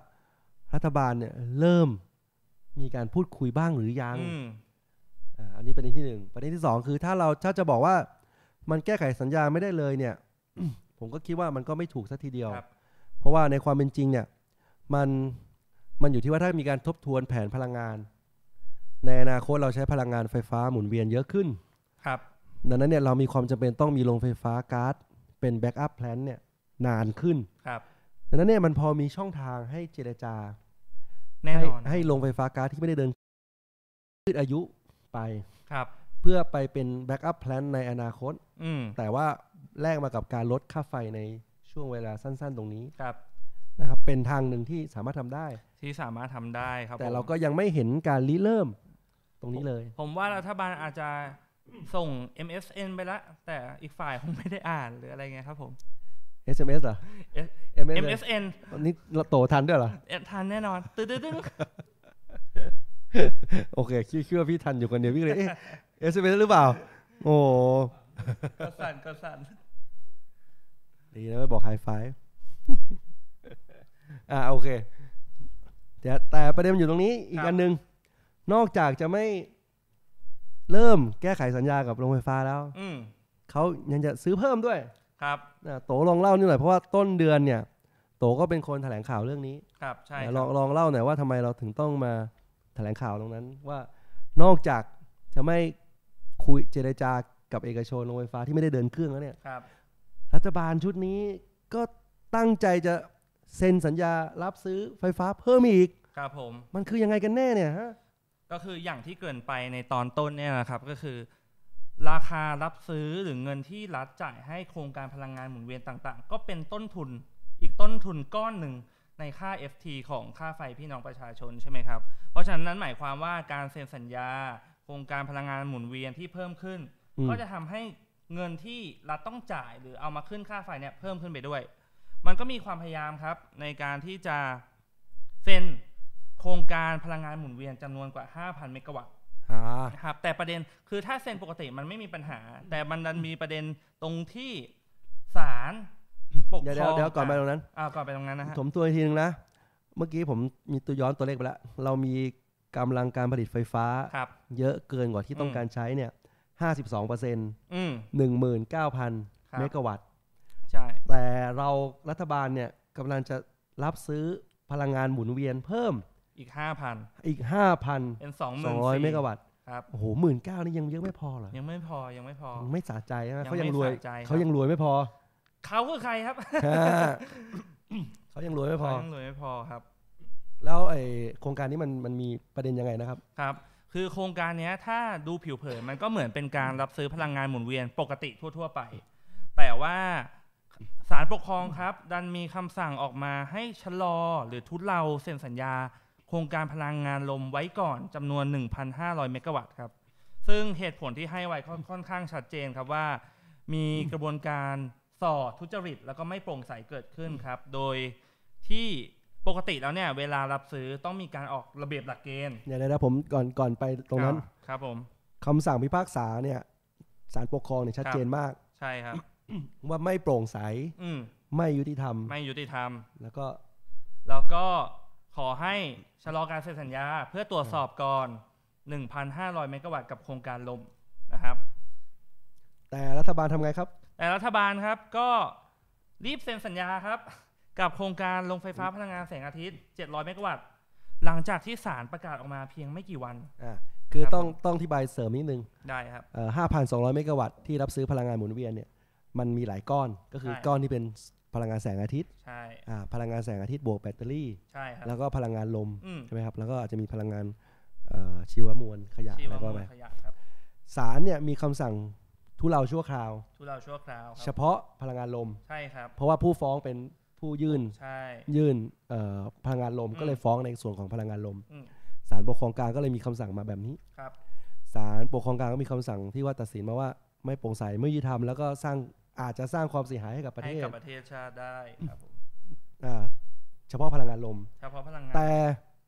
[SPEAKER 1] รัฐบาลเนี่ยเริ่มมีการพูดคุยบ้างหรือยัง
[SPEAKER 2] อืม
[SPEAKER 1] อ่าอันนี้ประเด็นที่หนึ่งประเด็นที่สองคือถ้าเราถ้าจะบอกว่ามันแก้ไขสัญญาไม่ได้เลยเนี่ย ผมก็คิดว่ามันก็ไม่ถูกสักทีเดียว
[SPEAKER 2] ครับ
[SPEAKER 1] เพราะว่าในความเป็นจริงเนี่ยมันมันอยู่ที่ว่าถ้ามีการทบทวนแผนพลังงาน ในอนาคตเราใช้พลังงานไฟฟ้าหมุนเวียนเยอะขึ้น
[SPEAKER 2] ครับ
[SPEAKER 1] ดังนั้นเนี่ยเรามีความจำเป็นต้องมีโรงไฟฟ้าก๊าซเป็นแบ็กอัพแพลนเนี่ยนานขึ้น
[SPEAKER 2] ครับ
[SPEAKER 1] ดังนั้นเนี่ยมันพอมีช่องทางให้เจรจา
[SPEAKER 2] แน่
[SPEAKER 1] ให้
[SPEAKER 2] นอน
[SPEAKER 1] ให้โรงไฟฟ้าก๊าซที่ไม่ได้เดินยืดอายุไป
[SPEAKER 2] ครับ
[SPEAKER 1] เพื่อไปเป็นแบ็กอัพแพลนในอนาคต
[SPEAKER 2] อืม
[SPEAKER 1] แต่ว่าแลกมากับการลดค่าไฟในช่วงเวลาสั้น ๆ ตรงนี้
[SPEAKER 2] ครับ
[SPEAKER 1] นะครับเป็นทางหนึ่งที่สามารถทำได้
[SPEAKER 2] ที่สามารถทำได้ครับ
[SPEAKER 1] แต่
[SPEAKER 2] ผม
[SPEAKER 1] เราก็ยังไม่เห็นการริเริ่มตรงนี้เลย
[SPEAKER 2] ผมว่ารัฐบาลอาจจะส่ง MSN ไปละ แต่อีกฝ่ายคงไม่ได้อ่านหรืออะไรเงี้ยครับผม
[SPEAKER 1] SMS เหรอ
[SPEAKER 2] S-
[SPEAKER 1] MSN
[SPEAKER 2] MSN
[SPEAKER 1] นี่เราโตทันด้วยเหรอ
[SPEAKER 2] เอ๊ะทันแน่นอนตึ๊ดตึ๊ดตึ๊ด
[SPEAKER 1] โอเคคิดคิดว่าพี่ทันอยู่คนเดียวพี่เลยเอ๊ะ SMS หรือเปล่า โอ้โห
[SPEAKER 2] กดสั่นกดสั่น
[SPEAKER 1] ดีนะไม่บอกไฮไฟ อ่าโอเคแต่แต่ประเด็นมันอยู่ตรงนี้อีกอันหนึ่งนอกจากจะไม่เริ่มแก้ไขสัญญากับโรงไฟฟ้าแล้ว
[SPEAKER 2] อืม
[SPEAKER 1] เขายังจะซื้อเพิ่มด้วย
[SPEAKER 2] ครับ
[SPEAKER 1] นะโตลองเล่านี่หน่อยเพราะว่าต้นเดือนเนี่ย โตก็เป็นคนแถลงข่าวเรื่องนี้
[SPEAKER 2] ครับใช่ค
[SPEAKER 1] ล
[SPEAKER 2] รั
[SPEAKER 1] อบ งลองเล่าหน่อยว่าทำไมเราถึงต้องมาแถลงข่าวตรงนั้นว่านอกจากจะไม่คุยเจรจากับเอกชนโรงไฟฟ้าที่ไม่ได้เดินเครื่องแล้วเนี่ย
[SPEAKER 2] ครับ
[SPEAKER 1] รัฐบาลชุดนี้ก็ตั้งใจจะเซ็นสัญญารับซื้อไฟฟ้าเพิ่มอีก
[SPEAKER 2] ครับผม
[SPEAKER 1] มันคือยังไงกันแน่เนี่ยฮะ
[SPEAKER 2] ก็คืออย่างที่เกรินไปในตอนต้นเนี่ยนะครับ ก็คือ ราคารับซื้อหรือเงินที่รัฐจ่ายให้โครงการพลังงานหมุนเวียนต่างๆ ก็เป็นต้นทุนอีกต้นทุนก้อนหนึ่งในค่า FT ของค่าไฟพี่น้องประชาชนใช่ไหมครับ เพราะฉะนั้นหมายความว่าการเซ็นสัญญา โครงการพลังงานหมุนเวียนที่เพิ่มขึ้น
[SPEAKER 1] อืม
[SPEAKER 2] ก็จะทำให้เงินที่รัฐต้องจ่ายหรือเอามาขึ้นค่าไฟเนี่ยเพิ่มขึ้นไปด้วย มันก็มีความพยายามครับ ในการที่จะเซ็นโครงการพลังงานหมุนเวียนจำนวนกว่า 5,000 เมกะวัตต์
[SPEAKER 1] อ่า
[SPEAKER 2] นะครับ แต่ประเด็นคือถ้าเซ็นปกติมันไม่มีปัญหา แต่มันดันมีประเด็นตรงที่ศาลปก
[SPEAKER 1] เดี๋ยว
[SPEAKER 2] ค
[SPEAKER 1] เดี๋
[SPEAKER 2] ร
[SPEAKER 1] ย
[SPEAKER 2] อ
[SPEAKER 1] ว
[SPEAKER 2] ง
[SPEAKER 1] เดี๋ยวก่อนไปตรงนั้น
[SPEAKER 2] อ่าก่อนไปตรงนั้นนะฮะ
[SPEAKER 1] ผมตัวอีกทีนึงนะ เมื่อกี้ผมมีตัวย้อนตัวเลขไปแล้ว เรามีกำลังการผลิตไฟฟ้า
[SPEAKER 2] ครับ
[SPEAKER 1] เยอะเกินกว่าที่ต้องการใช้เนี่ย52เปอร์เซ็นต์
[SPEAKER 2] อืม ครั
[SPEAKER 1] 19,000
[SPEAKER 2] บ
[SPEAKER 1] เมกะวัตต์
[SPEAKER 2] ใช่
[SPEAKER 1] แต่เรารัฐบาลเนี่ยกำลังจะรับซื้อพลังงานหมุนเวียนเพิ่ม
[SPEAKER 2] อีก 5,000
[SPEAKER 1] อีก
[SPEAKER 2] เป็น 2 0 0 0
[SPEAKER 1] 5,200 เมกะวัตต์
[SPEAKER 2] ครับ
[SPEAKER 1] โอ้โหหมื่นเก้านี่ยังเยอะไม่พอเหรอ
[SPEAKER 2] ยังไม่พอยังไม่พอ
[SPEAKER 1] ไม่สะใจนะเขา
[SPEAKER 2] ยั
[SPEAKER 1] ยังง
[SPEAKER 2] ไม่
[SPEAKER 1] รวย
[SPEAKER 2] สะใจครับ
[SPEAKER 1] เขายังรวยไม่พ อ
[SPEAKER 2] เขาคือใครครับ
[SPEAKER 1] เขายังรวยไม่พอ
[SPEAKER 2] เขายังรวยไม่พอครับ
[SPEAKER 1] แล้วไอโครงการนี้มันมันมีประเด็นยังไงนะครับ
[SPEAKER 2] ครับ คือโครงการเนี้ยถ้าดูผิวเผินมันก็เหมือนเป็นการรับซื้อพลังงานหมุนเวียนปกติทั่ว ๆ ไป แต่ว่าศาลปกครองครับ ดันมีคำสั่งออกมาให้ชะลอหรือทุเลาเซ็นสัญญา โครงการพลังงานลมไว้ก่อนจำนวน 1,500 เมกะวัตต์ครับ ซึ่งเหตุผลที่ให้ไว้ค่อนค่อนข้างชัดเจนครับว่า มีกระบวนการสอดทุจริต แล้วก็ไม่โปร่งใสเกิดขึ้นครับ โดยที่ปกติแล้วเนี่ยเวลารับซื้อต้องมีการออกระเบียบหลักเกณฑ์
[SPEAKER 1] เดี๋ยวนะผมก่อนก่อนไปตรงนั้น
[SPEAKER 2] อ่าครับผม
[SPEAKER 1] คำสั่งพิพากษาเนี่ยศาลปกครองเนี่ยชัดเจนมาก
[SPEAKER 2] ใช่ครับ
[SPEAKER 1] ว่าไม่โปร่งใส
[SPEAKER 2] อืม
[SPEAKER 1] ไม่ยุติธรรม
[SPEAKER 2] ไม่ยุติธรรม
[SPEAKER 1] แล้วก็
[SPEAKER 2] แล้วก็ขอให้ชะลอการเซ็นสัญญา เพื่อตรวจสอบก่อน 1,500 เมกะวัตต์กับโครงการลมนะครับ
[SPEAKER 1] แต่รัฐบาลทำไงครับ
[SPEAKER 2] แต่รัฐบาลครับก็รีบเซ็นสัญญาครับ กับโครงการลงไฟฟ้าพลังงานแสงอาทิตย์ 700 เมกะวัตต์ หลังจากที่ศาลประกาศออกมาเพียงไม่กี่วัน
[SPEAKER 1] อ่ะคือ
[SPEAKER 2] ครับ
[SPEAKER 1] ต้องต้องอธิบายเสริมนิดนึง
[SPEAKER 2] ได้ครับ
[SPEAKER 1] เอ่อ5,200 เมกะวัตต์ที่รับซื้อพลังงานหมุนเวียนเนี่ย มันมีหลายก้อน ก็คือ
[SPEAKER 2] ใช่
[SPEAKER 1] ก้อนที่เป็นพลังงานแสงอาทิตย์
[SPEAKER 2] ใช่
[SPEAKER 1] อ่าพลังงานแสงอาทิตย์บวกแบตเตอรี่
[SPEAKER 2] ใช่ครับ
[SPEAKER 1] แล้วก็พลังงานลม
[SPEAKER 2] อืม
[SPEAKER 1] ใช่ไหมครับ แล้วก็อาจจะมีพลังงานเอ่อชีวมวลขยะ
[SPEAKER 2] ชี
[SPEAKER 1] อะไร
[SPEAKER 2] ว
[SPEAKER 1] ก็
[SPEAKER 2] ม
[SPEAKER 1] ว่าว ไป
[SPEAKER 2] ลขยะครับ
[SPEAKER 1] ศาลเนี่ยมีคำสั่งทุเลาชั่วคราว
[SPEAKER 2] ทุเลาชั่วคราวค
[SPEAKER 1] เฉ
[SPEAKER 2] รับ
[SPEAKER 1] พาะพลังงานลม
[SPEAKER 2] ใช่ครับ
[SPEAKER 1] เพราะว่าผู้ฟ้องเป็นผู้ยื่น
[SPEAKER 2] ใช่
[SPEAKER 1] ยื่นเอ่อพลังงานลม
[SPEAKER 2] อืม
[SPEAKER 1] ก็เลยฟ้องในส่วนของพลังงานลม
[SPEAKER 2] อืม
[SPEAKER 1] ศาลปกครองกลางก็เลยมีคำสั่งมาแบบนี้
[SPEAKER 2] ครับ
[SPEAKER 1] ศาลปกครองกลางก็มีคำสั่งที่ว่าตัดสินมาว่าไม่โปร่งใสไม่ยุติธรรมแล้วก็สร้างอาจจะสร้างความเสียหายให้กับประ
[SPEAKER 2] ให้
[SPEAKER 1] เทศ
[SPEAKER 2] กับประเทศชาติได้ครับผม
[SPEAKER 1] อ่าเฉพาะพลังงานลม
[SPEAKER 2] เฉพาะพลังงาน
[SPEAKER 1] แต่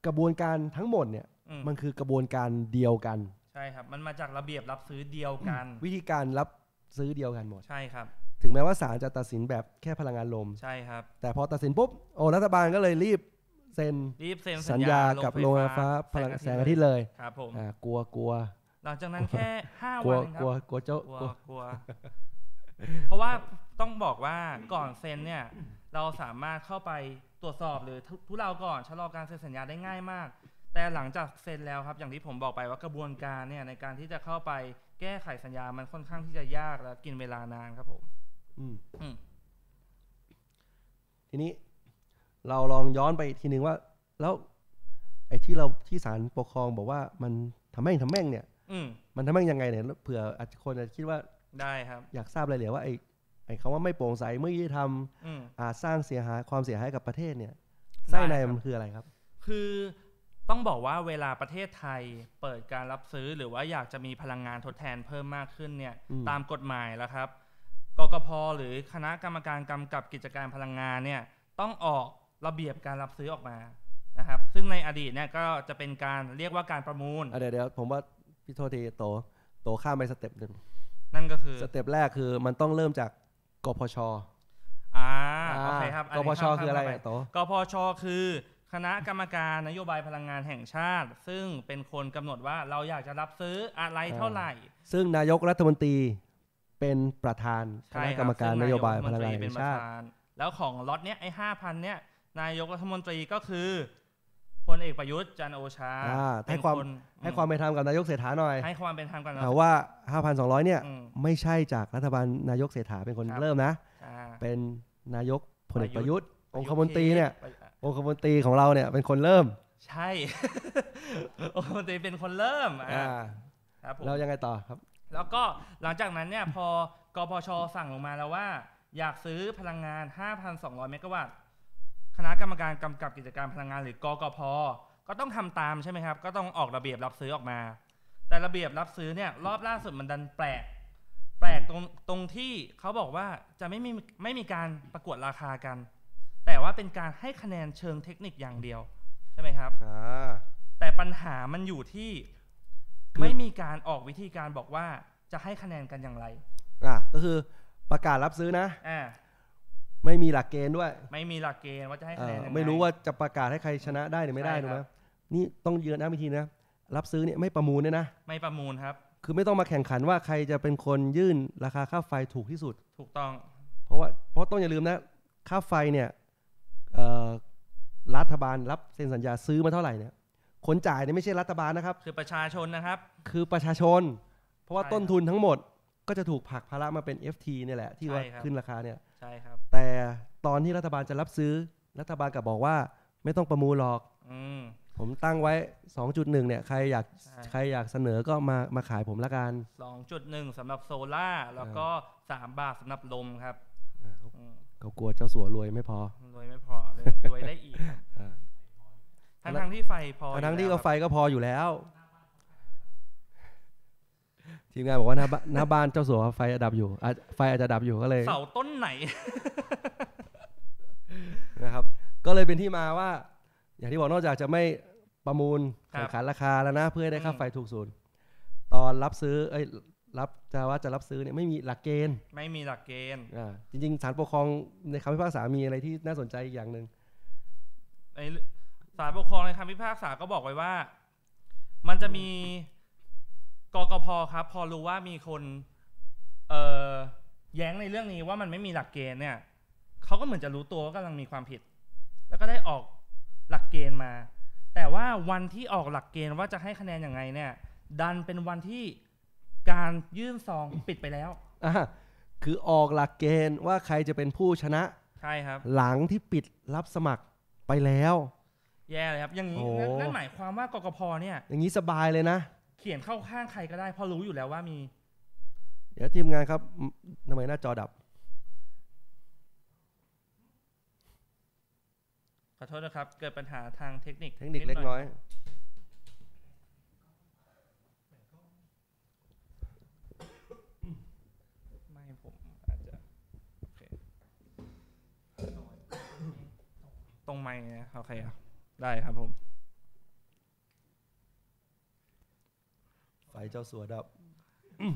[SPEAKER 1] กระบวนการทั้งหมดเนี่ย
[SPEAKER 2] อืม
[SPEAKER 1] มันคือกระบวนการเดียวกัน
[SPEAKER 2] ใช่ครับมันมาจากระเบียบรับซื้อเดียวกัน
[SPEAKER 1] วิธีการรับซื้อเดียวกันหมด
[SPEAKER 2] ใช่ครับ
[SPEAKER 1] ถึงแม้ว่าศาลจะตัดสินแบบแค่พลังงานลม
[SPEAKER 2] ใช่ครับ
[SPEAKER 1] แต่พอตัดสินปุ๊บโอ้รัฐบาลก็เลยรีบเซ็น
[SPEAKER 2] รีบเซ็น
[SPEAKER 1] สัญญากับโรงไฟฟ้าพลังแสงอาทิตย์เลย
[SPEAKER 2] ครับผม
[SPEAKER 1] อ่ากลัวกลัว
[SPEAKER 2] หลังจากนั้นแค่
[SPEAKER 1] ก
[SPEAKER 2] 5
[SPEAKER 1] ลัว
[SPEAKER 2] วันค
[SPEAKER 1] ก
[SPEAKER 2] รั
[SPEAKER 1] ลัว
[SPEAKER 2] บ
[SPEAKER 1] กลัวเจ้ากก
[SPEAKER 2] ลั
[SPEAKER 1] ลั
[SPEAKER 2] ว
[SPEAKER 1] ว
[SPEAKER 2] กลัว เพราะว่าต้องบอกว่าก่อนเซ็นเนี่ย เราสามารถเข้าไปตรวจสอบหรือทุทุเราก่อนชะลอการเซ็นสัญญาได้ง่ายมาก แต่หลังจากเซ็นแล้วครับ อย่างที่ผมบอกไปว่ากระบวนการเนี่ยในการที่จะเข้าไปแก้ไขสัญญามันค่อนข้างที่จะยากและกินเวลานานครับผม
[SPEAKER 1] อืม
[SPEAKER 2] อืม
[SPEAKER 1] ทีนี้เราลองย้อนไปอีกทีนึงว่า แล้วไอ้ที่เราที่ศาลปกครองบอกว่ามันทำแม่งทำแม่งเนี่ย
[SPEAKER 2] อืม
[SPEAKER 1] มันทำแม่งยังไงเนี่ยแล้วเผื่ออาจจะคนอาจจะคิดว่า
[SPEAKER 2] ได้ครับ
[SPEAKER 1] อยากทราบรายละเอียดว่าไอ้ ไอ้คำว่าไม่โปร่งใสไม่ยุติธรรม
[SPEAKER 2] อืม
[SPEAKER 1] อาจสร้างเสียหายความเสียหายกับประเทศเนี่ย
[SPEAKER 2] ได้
[SPEAKER 1] ไส้ใน
[SPEAKER 2] ครับ
[SPEAKER 1] มันคืออะไรครับ
[SPEAKER 2] คือต้องบอกว่าเวลาประเทศไทยเปิดการรับซื้อหรือว่าอยากจะมีพลังงานทดแทนเพิ่มมากขึ้นเนี่ย
[SPEAKER 1] อืม
[SPEAKER 2] ตามกฎหมายแล้วครับกกพหรือคณะกรรมการกำกับกิจการพลังงานเนี่ยต้องออกระเบียบการรับซื้อออกมานะครับ ซึ่งในอดีตเนี่ยก็จะเป็นการเรียกว่าการประมูล
[SPEAKER 1] อ่ะเดี๋ยวเดี๋ยวผมว่าพี่โทษทีโตโตข้ามไปสเต็ปหนึ่ง
[SPEAKER 2] นั่นก็คือ
[SPEAKER 1] สเต็ปแรกคือมันต้องเริ่มจากกพช
[SPEAKER 2] อ่า
[SPEAKER 1] อ่า
[SPEAKER 2] โอเคครับน
[SPEAKER 1] ก
[SPEAKER 2] นี้
[SPEAKER 1] พช
[SPEAKER 2] ข้าม
[SPEAKER 1] คืออะไร
[SPEAKER 2] ข้ามป
[SPEAKER 1] อ่ะโต
[SPEAKER 2] กพชคือคณะกรรมการนโยบายพลังงานแห่งชาติ ซึ่งเป็นคนกำหนดว่าเราอยากจะรับซื้ออะไรเท่าไหร่
[SPEAKER 1] ซึ่งนายกรัฐมนตรีเป็นประธานค
[SPEAKER 2] ใช่
[SPEAKER 1] ณะ
[SPEAKER 2] ค
[SPEAKER 1] กรรมการน
[SPEAKER 2] ซึ่
[SPEAKER 1] โยบายพ
[SPEAKER 2] ฐ
[SPEAKER 1] ลัง
[SPEAKER 2] ม
[SPEAKER 1] งาน
[SPEAKER 2] ตเป็
[SPEAKER 1] แห่ง
[SPEAKER 2] ปะ
[SPEAKER 1] ชาติ
[SPEAKER 2] ธนแล้วของล็อตเนี้ยไอ้ห้าพันเนี้ยนายกรัฐมนตรีก็คือพลเอกประยุทธ์จันทร์โอชา
[SPEAKER 1] อ่าให้
[SPEAKER 2] เป็น
[SPEAKER 1] ความ
[SPEAKER 2] น
[SPEAKER 1] ให้ความเป็นธรรมกับนายกเศรษฐาหน่อย
[SPEAKER 2] ให้ความเป็นธรรมกัน
[SPEAKER 1] อ่าว่า 5,200 เนี่ย
[SPEAKER 2] อืม
[SPEAKER 1] ไม่ใช่จากรัฐบาลนายกเศรษฐาเป็นคน
[SPEAKER 2] ครับ
[SPEAKER 1] เริ่มนะ
[SPEAKER 2] อ่า
[SPEAKER 1] เป็นนายกพลเอก
[SPEAKER 2] ป
[SPEAKER 1] ประ ระ
[SPEAKER 2] ยุ
[SPEAKER 1] ยุ
[SPEAKER 2] ท
[SPEAKER 1] ท
[SPEAKER 2] ธ์
[SPEAKER 1] ธ์ องคมนตรีเนี่ย องคมนตรีของเราเนี่ยเป็นคนเริ่ม
[SPEAKER 2] ใช่ องคมนตรีเป็นคนเริ่ม
[SPEAKER 1] อ่า
[SPEAKER 2] อ่าครับผม
[SPEAKER 1] แล้วยังไงต่อครับ
[SPEAKER 2] แล้วก็หลังจากนั้นเนี่ยพอกพชสั่งลงมาแล้วว่า อยากซื้อพลังงาน 5,200 เมกะวัตต์คณะกรรมการกำกับกิจการพลังงานหรือกกพก็ต้องทำตามใช่ไหมครับ ก็ต้องออกระเบียบรับซื้อออกมา แต่ระเบียบรับซื้อเนี่ยรอบล่าสุดมันดันแปลก แปลกตรงตรงที่เขาบอกว่าจะไม่มีไม่มีการประกวดราคากัน แต่ว่าเป็นการให้คะแนนเชิงเทคนิคอย่างเดียวใช่ไหมครับ
[SPEAKER 1] อ่า
[SPEAKER 2] แต่ปัญหามันอยู่ที่
[SPEAKER 1] คือ
[SPEAKER 2] ไม่มีการออกวิธีการบอกว่าจะให้คะแนนกันอย่างไร
[SPEAKER 1] อ่ะก็คือประกาศรับซื้อนะ
[SPEAKER 2] อ่า
[SPEAKER 1] ไม่มีหลักเกณฑ์ด้วย
[SPEAKER 2] ไม่มีหลักเกณฑ์ว่าจะให้
[SPEAKER 1] เอ่
[SPEAKER 2] คะแนน
[SPEAKER 1] อ
[SPEAKER 2] ยังง
[SPEAKER 1] ไม่รู้ว่าจะประกาศให้ใครชนะได้หรือไม่ได้
[SPEAKER 2] ใช่
[SPEAKER 1] ถูก
[SPEAKER 2] ค
[SPEAKER 1] ไห
[SPEAKER 2] รั
[SPEAKER 1] ม
[SPEAKER 2] บ
[SPEAKER 1] นี่ต้องยืนอ้ำอีกทีนะรับซื้อเนี่ยไม่ประมูลด้วยนะ
[SPEAKER 2] ไม่ประมูลครับ
[SPEAKER 1] คือไม่ต้องมาแข่งขันว่าใครจะเป็นคนยื่นราคาค่าไฟถูกที่สุด
[SPEAKER 2] ถูกต้อง
[SPEAKER 1] เพราะว่าเพราะต้องอย่าลืมนะค่าไฟเนี่ยเอ่อรัฐบาลรับเซ็นสัญญาซื้อมาเท่าไหร่เนี่ยคนจ่ายเนี่ยไม่ใช่รัฐบาลนะครับ
[SPEAKER 2] คือประชาชนนะครับ
[SPEAKER 1] คือประชาชน เพราะว่า
[SPEAKER 2] ใช่
[SPEAKER 1] ต้นทุนทั้งหมดก็จะถูกผลักภาระมาเป็น FT เนี่ยแหละ ที่ว่า
[SPEAKER 2] ใช่ครับ
[SPEAKER 1] ขึ้นราคาเนี่ย
[SPEAKER 2] ใช่ครับ
[SPEAKER 1] แต่ตอนที่รัฐบาลจะรับซื้อรัฐบาลกลับบอกว่าไม่ต้องประมูลหรอก
[SPEAKER 2] อืม
[SPEAKER 1] ผมตั้งไว้ 2.1เนี่ยใครอยาก
[SPEAKER 2] ใช่
[SPEAKER 1] ใครอยากเสนอก็มามาขายผมละกัน
[SPEAKER 2] สองจุดหนึ่งสำหรับโซล่าร์แล้วก็สามบาทสำหรับลมครับ
[SPEAKER 1] อ่า
[SPEAKER 2] อืม
[SPEAKER 1] เขากลัวเจ้าสัวรวยไม่พอ
[SPEAKER 2] รวยไม่พอเลยรวยได้อีกครับ
[SPEAKER 1] อ่า
[SPEAKER 2] ทั้งทั้งๆที่ไฟพออยู่
[SPEAKER 1] ทั้งๆที่
[SPEAKER 2] แล้
[SPEAKER 1] ก็
[SPEAKER 2] วครับ
[SPEAKER 1] ไฟก็พออยู่แล้ว ทีมงานบอกว่าหน้าบ้านหน้าบ้านเจ้าสัวไฟอะดับอยู่อาจไฟอาจจะดับอยู่ก็เลย
[SPEAKER 2] เสาต้นไหน
[SPEAKER 1] นะครับ ก็เลยเป็นที่มาว่า อย่างที่บอกนอกจากจะไม่ประมูล
[SPEAKER 2] ครับ
[SPEAKER 1] แข่งขันราคาแล้วนะเพื่อให้ได้ค่า
[SPEAKER 2] อืม
[SPEAKER 1] ไฟถูกสุดตอนรับซื้อเอ้ยรับจะว่าจะรับซื้อเนี่ยไม่มีหลักเกณฑ์
[SPEAKER 2] ไม่มีหลักเกณฑ์
[SPEAKER 1] อ่าจริง ๆศาลปกครองในคำพิพากษามีอะไรที่น่าสนใจอีกอย่างหนึ่ง
[SPEAKER 2] ในศาลปกครองในคำพิพากษาก็บอกไว้ว่า มันจะมีกกพครับ พอรู้ว่ามีคนเอ่อแย้งในเรื่องนี้ว่ามันไม่มีหลักเกณฑ์เนี่ยเขาก็เหมือนจะรู้ตัวว่ากำลังมีความผิด แล้วก็ได้ออกหลักเกณฑ์มา แต่ว่าวันที่ออกหลักเกณฑ์ว่าจะให้คะแนนยังไงเนี่ย ดันเป็นวันที่การยื่นซองปิดไปแล้ว
[SPEAKER 1] อ่าคือออกหลักเกณฑ์ว่าใครจะเป็นผู้ชนะ
[SPEAKER 2] ใช่ครับ
[SPEAKER 1] หลังที่ปิดรับสมัครไปแล้ว
[SPEAKER 2] แย่เลยครับ อย่างนี้
[SPEAKER 1] โอ้
[SPEAKER 2] นั่นนั่นหมายความว่ากกพเนี่ย
[SPEAKER 1] อย่างนี้สบายเลยนะ
[SPEAKER 2] เขียนเข้าข้างใครก็ได้เพราะรู้อยู่แล้วว่ามี
[SPEAKER 1] เดี๋ยวทีมงานครับอืมทำไมหน้าจอดับ
[SPEAKER 2] ขอโทษนะครับ เกิดปัญหาทางเทคนิค
[SPEAKER 1] เทคนิคเล็ก
[SPEAKER 2] ห
[SPEAKER 1] น้อย
[SPEAKER 2] ไม่ผมอาจจะโอเคตรงไม่นะโอเคครับได้ครับผม
[SPEAKER 1] ไฟเจ้าสัวดับ อืม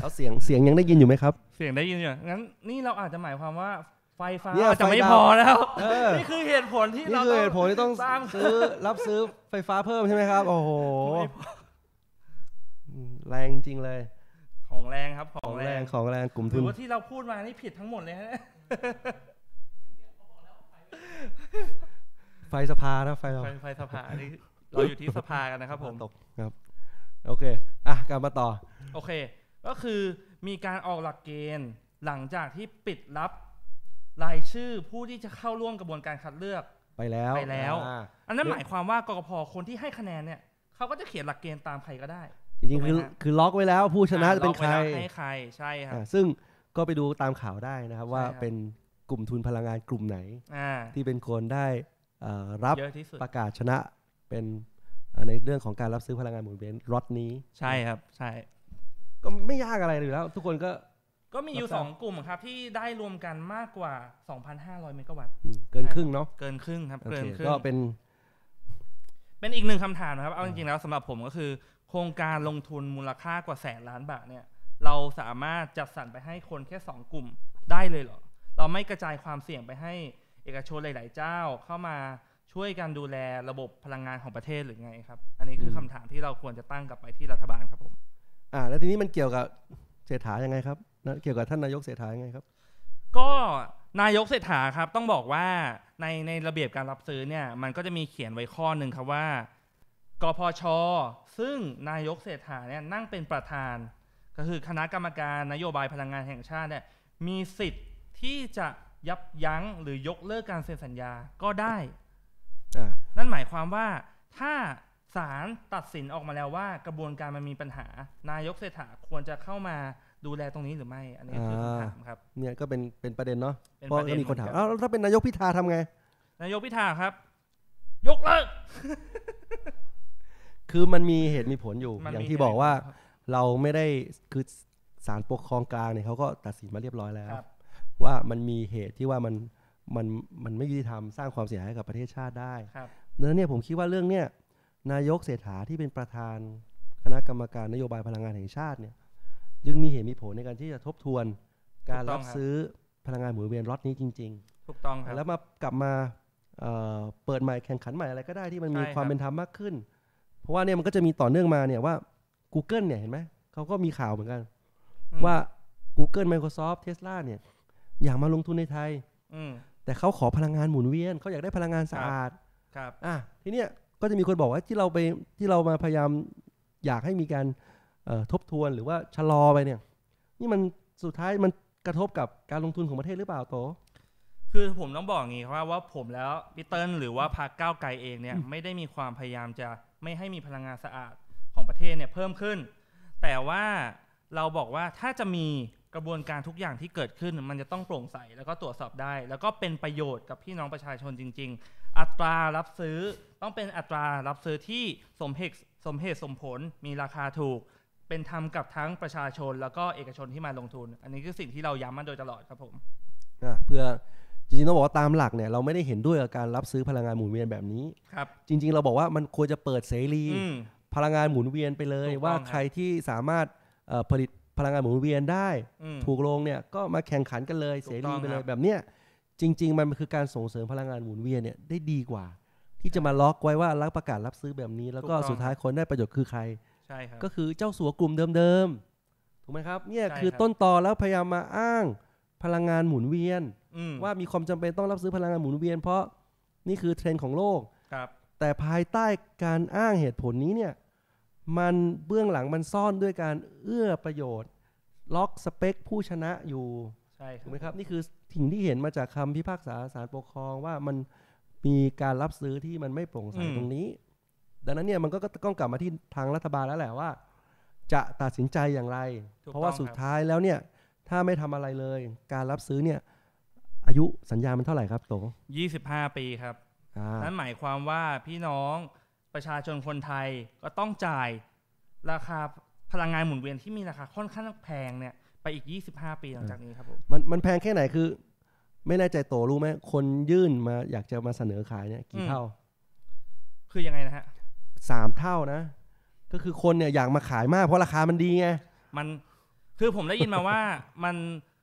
[SPEAKER 1] แล้วเสียงเสียงยังได้ยินอยู่ไหมครับ
[SPEAKER 2] เสียงได้ยินอยู่งั้นนี่เราอาจจะหมายความว่าไฟฟ้า
[SPEAKER 1] เนี่ย
[SPEAKER 2] จะไม่
[SPEAKER 1] ไฟดับ
[SPEAKER 2] พอแล้ว
[SPEAKER 1] เออ
[SPEAKER 2] นี่คือเหตุผลที่
[SPEAKER 1] นี่
[SPEAKER 2] เรา
[SPEAKER 1] คือ
[SPEAKER 2] ต้อ
[SPEAKER 1] เห
[SPEAKER 2] ง
[SPEAKER 1] ตุผลที่ต้อง
[SPEAKER 2] สร้าง
[SPEAKER 1] ซื้อ รับซื้อไฟฟ้าเพิ่มใช่ไหมครับ โอ้โห
[SPEAKER 2] ไม่พอ
[SPEAKER 1] อืมแรงจริงเลย
[SPEAKER 2] ของแรงครับ ข
[SPEAKER 1] ข
[SPEAKER 2] อ
[SPEAKER 1] อง ง
[SPEAKER 2] แร
[SPEAKER 1] แรง
[SPEAKER 2] ง
[SPEAKER 1] ของแรงกลุ่ม
[SPEAKER 2] หรื
[SPEAKER 1] ทุ
[SPEAKER 2] อน ว่าที่เราพูดมานี่ผิดทั้งหมดเลยฮะ
[SPEAKER 1] ไฟสภานะไฟเรา
[SPEAKER 2] ไฟไฟสภานี่เราอยู่ที่สภากันนะครับผม
[SPEAKER 1] ตกครับ โอเค อ่ะกลับมาต่อ
[SPEAKER 2] โอเค ก็คือมีการออกหลักเกณฑ์หลังจากที่ปิดรับรายชื่อผู้ที่จะเข้าร่วมกระบวนการคัดเลือก
[SPEAKER 1] ไปแล้ว
[SPEAKER 2] ไปแล้ว
[SPEAKER 1] อ่า
[SPEAKER 2] อันนั้น
[SPEAKER 1] เดี๋ยว
[SPEAKER 2] หมายความว่ากกพคนที่ให้คะแนนเนี่ยเขาก็จะเขียนหลักเกณฑ์ตามใครก็ได้
[SPEAKER 1] จริงๆคือคือล็อกไว้แล้วผู้ชนะจะเป็นใคร
[SPEAKER 2] ล็อกไว้แล้วให้ใครใช่ครับ
[SPEAKER 1] อ่าซึ่งก ก็ไปดูตามข่าวได้นะครับ ว่า
[SPEAKER 2] ใช่ครับ
[SPEAKER 1] เป็นกลุ่มทุนพลังงานกลุ่มไหน
[SPEAKER 2] อ่า
[SPEAKER 1] ที่เป็นคนได้เอ่อรับ
[SPEAKER 2] เยอะที่สุด
[SPEAKER 1] ประกาศชนะเป็นเอ่อในเรื่องของการรับซื้อพลังงานหมุนเวียนรถนี้
[SPEAKER 2] ใช่ครับใช่
[SPEAKER 1] ก็ไม่ยากอะไรอยู่แล้ว ทุกคนก็
[SPEAKER 2] ก็มีอ
[SPEAKER 1] รั
[SPEAKER 2] ยู่
[SPEAKER 1] บทราบ
[SPEAKER 2] 2 กลุ่มครับ ที่ได้รวมกันมากกว่า 2,500 เมกะวัตต์
[SPEAKER 1] อืมเกิน
[SPEAKER 2] ใช่
[SPEAKER 1] ครึ่งเนาะ
[SPEAKER 2] เกินครึ่งครับ
[SPEAKER 1] โอ
[SPEAKER 2] เกิ
[SPEAKER 1] เคน
[SPEAKER 2] ครึ่ง
[SPEAKER 1] ก็เป็น
[SPEAKER 2] เป็นอีกหนึ่งคำถามนะครับ เอาจริงๆแล้วสำหรับผมก็คือ โครงการลงทุนมูลค่ากว่าแสนล้านบาทเนี่ย เราสามารถจัดสรรไปให้คนแค่ 2 กลุ่มได้เลยเหรอ เราไม่กระจายความเสี่ยงไปให้เอกชนหลาย ๆ เจ้าเข้ามาช่วยกันดูแลระบบพลังงานของประเทศหรือไงครับ อันนี้คือคำถามที่เราควรจะตั้งกลับไปที่รัฐบาลครับผม
[SPEAKER 1] อ่าแล้วทีนี้มันเกี่ยวกับเศรษฐายังไงครับนะเกี่ยวกับท่านนายกเศรษฐายังไงครับ
[SPEAKER 2] ก็นายกเศรษฐาครับต้องบอกว่าในในระเบียบการรับซื้อเนี่ยมันก็จะมีเขียนไว้ข้อหนึ่งครับว่ากพช ซึ่งนายกเศรษฐาเนี่ยนั่งเป็นประธาน ก็คือคณะกรรมการนโยบายพลังงานแห่งชาติเนี่ยมีสิทธิ์ที่จะยับยั้งหรือยกเลิกการเซ็นสัญญาก็ได้
[SPEAKER 1] อ่า
[SPEAKER 2] นั่นหมายความว่าถ้าศาลตัดสินออกมาแล้วว่ากระบวนการมันมีปัญหา นายกเศรษฐาควรจะเข้ามาดูแลตรงนี้หรือไม่อันนี้คือคำถามครับ
[SPEAKER 1] เนี่ยก็เป็นเป็นประเด็นเนาะ
[SPEAKER 2] ป็
[SPEAKER 1] เพราะ
[SPEAKER 2] ปเด็
[SPEAKER 1] ก็มีคนถาม
[SPEAKER 2] เหอกั
[SPEAKER 1] อ้าวแล้วถ้าเป็นนายกพิธาทำไง
[SPEAKER 2] นายกพิธาครับ ยกเลิก
[SPEAKER 1] คือมันมีเหตุมีผลอยู่
[SPEAKER 2] มัน
[SPEAKER 1] อ
[SPEAKER 2] มี
[SPEAKER 1] ย่างที่
[SPEAKER 2] เหตุ
[SPEAKER 1] บอกว่า
[SPEAKER 2] ครับ
[SPEAKER 1] เราไม่ได้คือศาลปกครองกลางเนี่ยเขาก็ตัดสินมาเรียบร้อยแล้ว
[SPEAKER 2] ครับ
[SPEAKER 1] ว่ามันมีเหตุที่ว่ามันมันมันไม่ยุติธรรมสร้างความเสียหายให้กับประเทศชาติได้
[SPEAKER 2] ครับ
[SPEAKER 1] เนื้อเนี่ยผมคิดว่าเรื่องเนี่ยนายกเศรษฐาที่เป็นประธานคณะกรรมการนโยบายพลังงานแห่งชาติเนี่ยจึงมีเหตุมีผลในการที่จะทบทวนการรับ
[SPEAKER 2] ถูกต้องครับ
[SPEAKER 1] ซื้อพลังงานหมุนเวียนล็อตนี้จริง ๆ
[SPEAKER 2] ถูกต้องครับ
[SPEAKER 1] แล้วมากลับมาเอ่อเปิดใหม่แข่งขันใหม่อะไรก็ได้ที่มันมี
[SPEAKER 2] ใช่ครับ
[SPEAKER 1] ความเป็นธรรมมากขึ้น เพราะว่าเนี่ยมันก็จะมีต่อเนื่องมาเนี่ยว่า Google เนี่ยเห็นไหมเขาก็มีข่าวเหมือนกัน
[SPEAKER 2] อืม
[SPEAKER 1] ว่า Google Microsoft Tesla เนี่ยอยากมาลงทุนในไทย
[SPEAKER 2] อืม
[SPEAKER 1] แต่เขาขอพลังงานหมุนเวียนเขาอยากได้พลังงานสะ
[SPEAKER 2] ครับ
[SPEAKER 1] อาด
[SPEAKER 2] ครับ
[SPEAKER 1] อ่ะทีเนี้ยก็จะมีคนบอกว่าที่เราไปที่เรามาพยายามอยากให้มีการเอ่อทบทวนหรือว่าชะลอไปเนี่ยนี่มันสุดท้ายมันกระทบกับการลงทุนของประเทศหรือเปล่าโต
[SPEAKER 2] คือผมต้องบอกอย่างงี้ว่าว่าผมแล้วพี่เติ้ลหรือว่าพรรคก้าวไกลเองเนี่ยไม่ได้มีความพยายามจะไม่ให้มีพลังงานสะอาดของประเทศเนี่ยเพิ่มขึ้น แต่ว่าเราบอกว่าถ้าจะมีกระบวนการทุกอย่างที่เกิดขึ้น มันจะต้องโปร่งใสแล้วก็ตรวจสอบได้ แล้วก็เป็นประโยชน์กับพี่น้องประชาชนจริง ๆ อัตรารับซื้อต้องเป็นอัตรารับซื้อที่สมเหตุสมเหตุสมผลมีราคาถูก เป็นธรรมกับทั้งประชาชน แล้วก็เอกชนที่มาลงทุน อันนี้คือสิ่งที่เราย้ำมาโดยตลอดครับผม
[SPEAKER 1] อ่ะเพื่อจริงๆต้องบอกว่าตามหลักเนี่ยเราไม่ได้เห็นด้วยกับการรับซื้อพลังงานหมุนเวียนแบบนี้
[SPEAKER 2] ครับ
[SPEAKER 1] จริง ๆ เราบอกว่ามันควรจะเปิดเสรี
[SPEAKER 2] อืม
[SPEAKER 1] พลังงานหมุนเวียนไปเลย
[SPEAKER 2] ถูกต้อง
[SPEAKER 1] ว่า
[SPEAKER 2] ครับ
[SPEAKER 1] ใครที่สามารถเอ่อผลิตพลังงานหมุนเวียนได้
[SPEAKER 2] อืม
[SPEAKER 1] ถูกลงเนี่ยก็มาแข่งขันกันเลย
[SPEAKER 2] ถู
[SPEAKER 1] เส
[SPEAKER 2] กต้
[SPEAKER 1] รี
[SPEAKER 2] อง
[SPEAKER 1] ไปเล
[SPEAKER 2] ครั
[SPEAKER 1] ย
[SPEAKER 2] บ
[SPEAKER 1] แบบเนี้ยจริง ๆ มันคือการส่งเสริมพลังงานหมุนเวียนเนี่ยได้ดีกว่า ที่จะมาล็อกไว้ว่ารับประกาศรับซื้อแบบนี้ แล้วก็สุดท้ายคนได้ประโยชน์คือใคร
[SPEAKER 2] ใช่ครับ
[SPEAKER 1] ก็คือเจ้าสัวกลุ่มเดิมๆถูกไหมครับเนี่ย
[SPEAKER 2] ใช่
[SPEAKER 1] คือ
[SPEAKER 2] ครับ
[SPEAKER 1] ต้นตอแล้วพยายามมาอ้างพลังงานหมุนเวียน
[SPEAKER 2] อืม
[SPEAKER 1] ว่ามีความจำเป็นต้องรับซื้อพลังงานหมุนเวียน เพราะนี่คือเทรนด์ของโลก
[SPEAKER 2] ครับ
[SPEAKER 1] แต่ภายใต้การอ้างเหตุผลนี้เนี่ยมันเบื้องหลังมันซ่อนด้วยการเอื้อประโยชน์ ล็อกสเปคผู้ชนะอยู่
[SPEAKER 2] ใช่ค
[SPEAKER 1] ถู
[SPEAKER 2] รับ
[SPEAKER 1] กไหมครับนี่คือสิ่งที่เห็นมาจากคำพิพากษาศาลปกครองว่ามันมีการรับซื้อที่มันไม่โปร่งใสตรงนี้ ดังนั้นเนี่ยมันก็ต้องกลับมาที่ทางรัฐบาลแล้วแหละว่า จะตัดสินใจอย่างไร
[SPEAKER 2] ถูก
[SPEAKER 1] เพราะว่า
[SPEAKER 2] ต้อง
[SPEAKER 1] สุด
[SPEAKER 2] คบ
[SPEAKER 1] ท้ายแล้วเนี่ย ถ้าไม่ทำอะไรเลย การรับซื้อเนี่ย อายุสัญญามันเท่าไหร่ครับโต
[SPEAKER 2] ยี่สิบห้าปีครับ
[SPEAKER 1] อ่า
[SPEAKER 2] นั่นหมายความว่าพี่น้องประชาชนคนไทยก็ต้องจ่ายราคาพลังงานหมุนเวียนที่มีราคาค่อนข้างแพงเนี่ยไปอีก 25 ปีหลังจากนี้ครับผม
[SPEAKER 1] มันมันแพงแค่ไหนคือ ไม่แน่ใจโตรู้ไหมคนยื่นมาอยากจะมาเสนอขายเนี่ยกี่
[SPEAKER 2] อืม
[SPEAKER 1] เท่า
[SPEAKER 2] คือยังไงนะฮะ
[SPEAKER 1] สามเท่านะ ก็คือคนเนี่ยอยากมาขายมากเพราะราคามันดีไง
[SPEAKER 2] มันคือผมได้ยินมาว่า มัน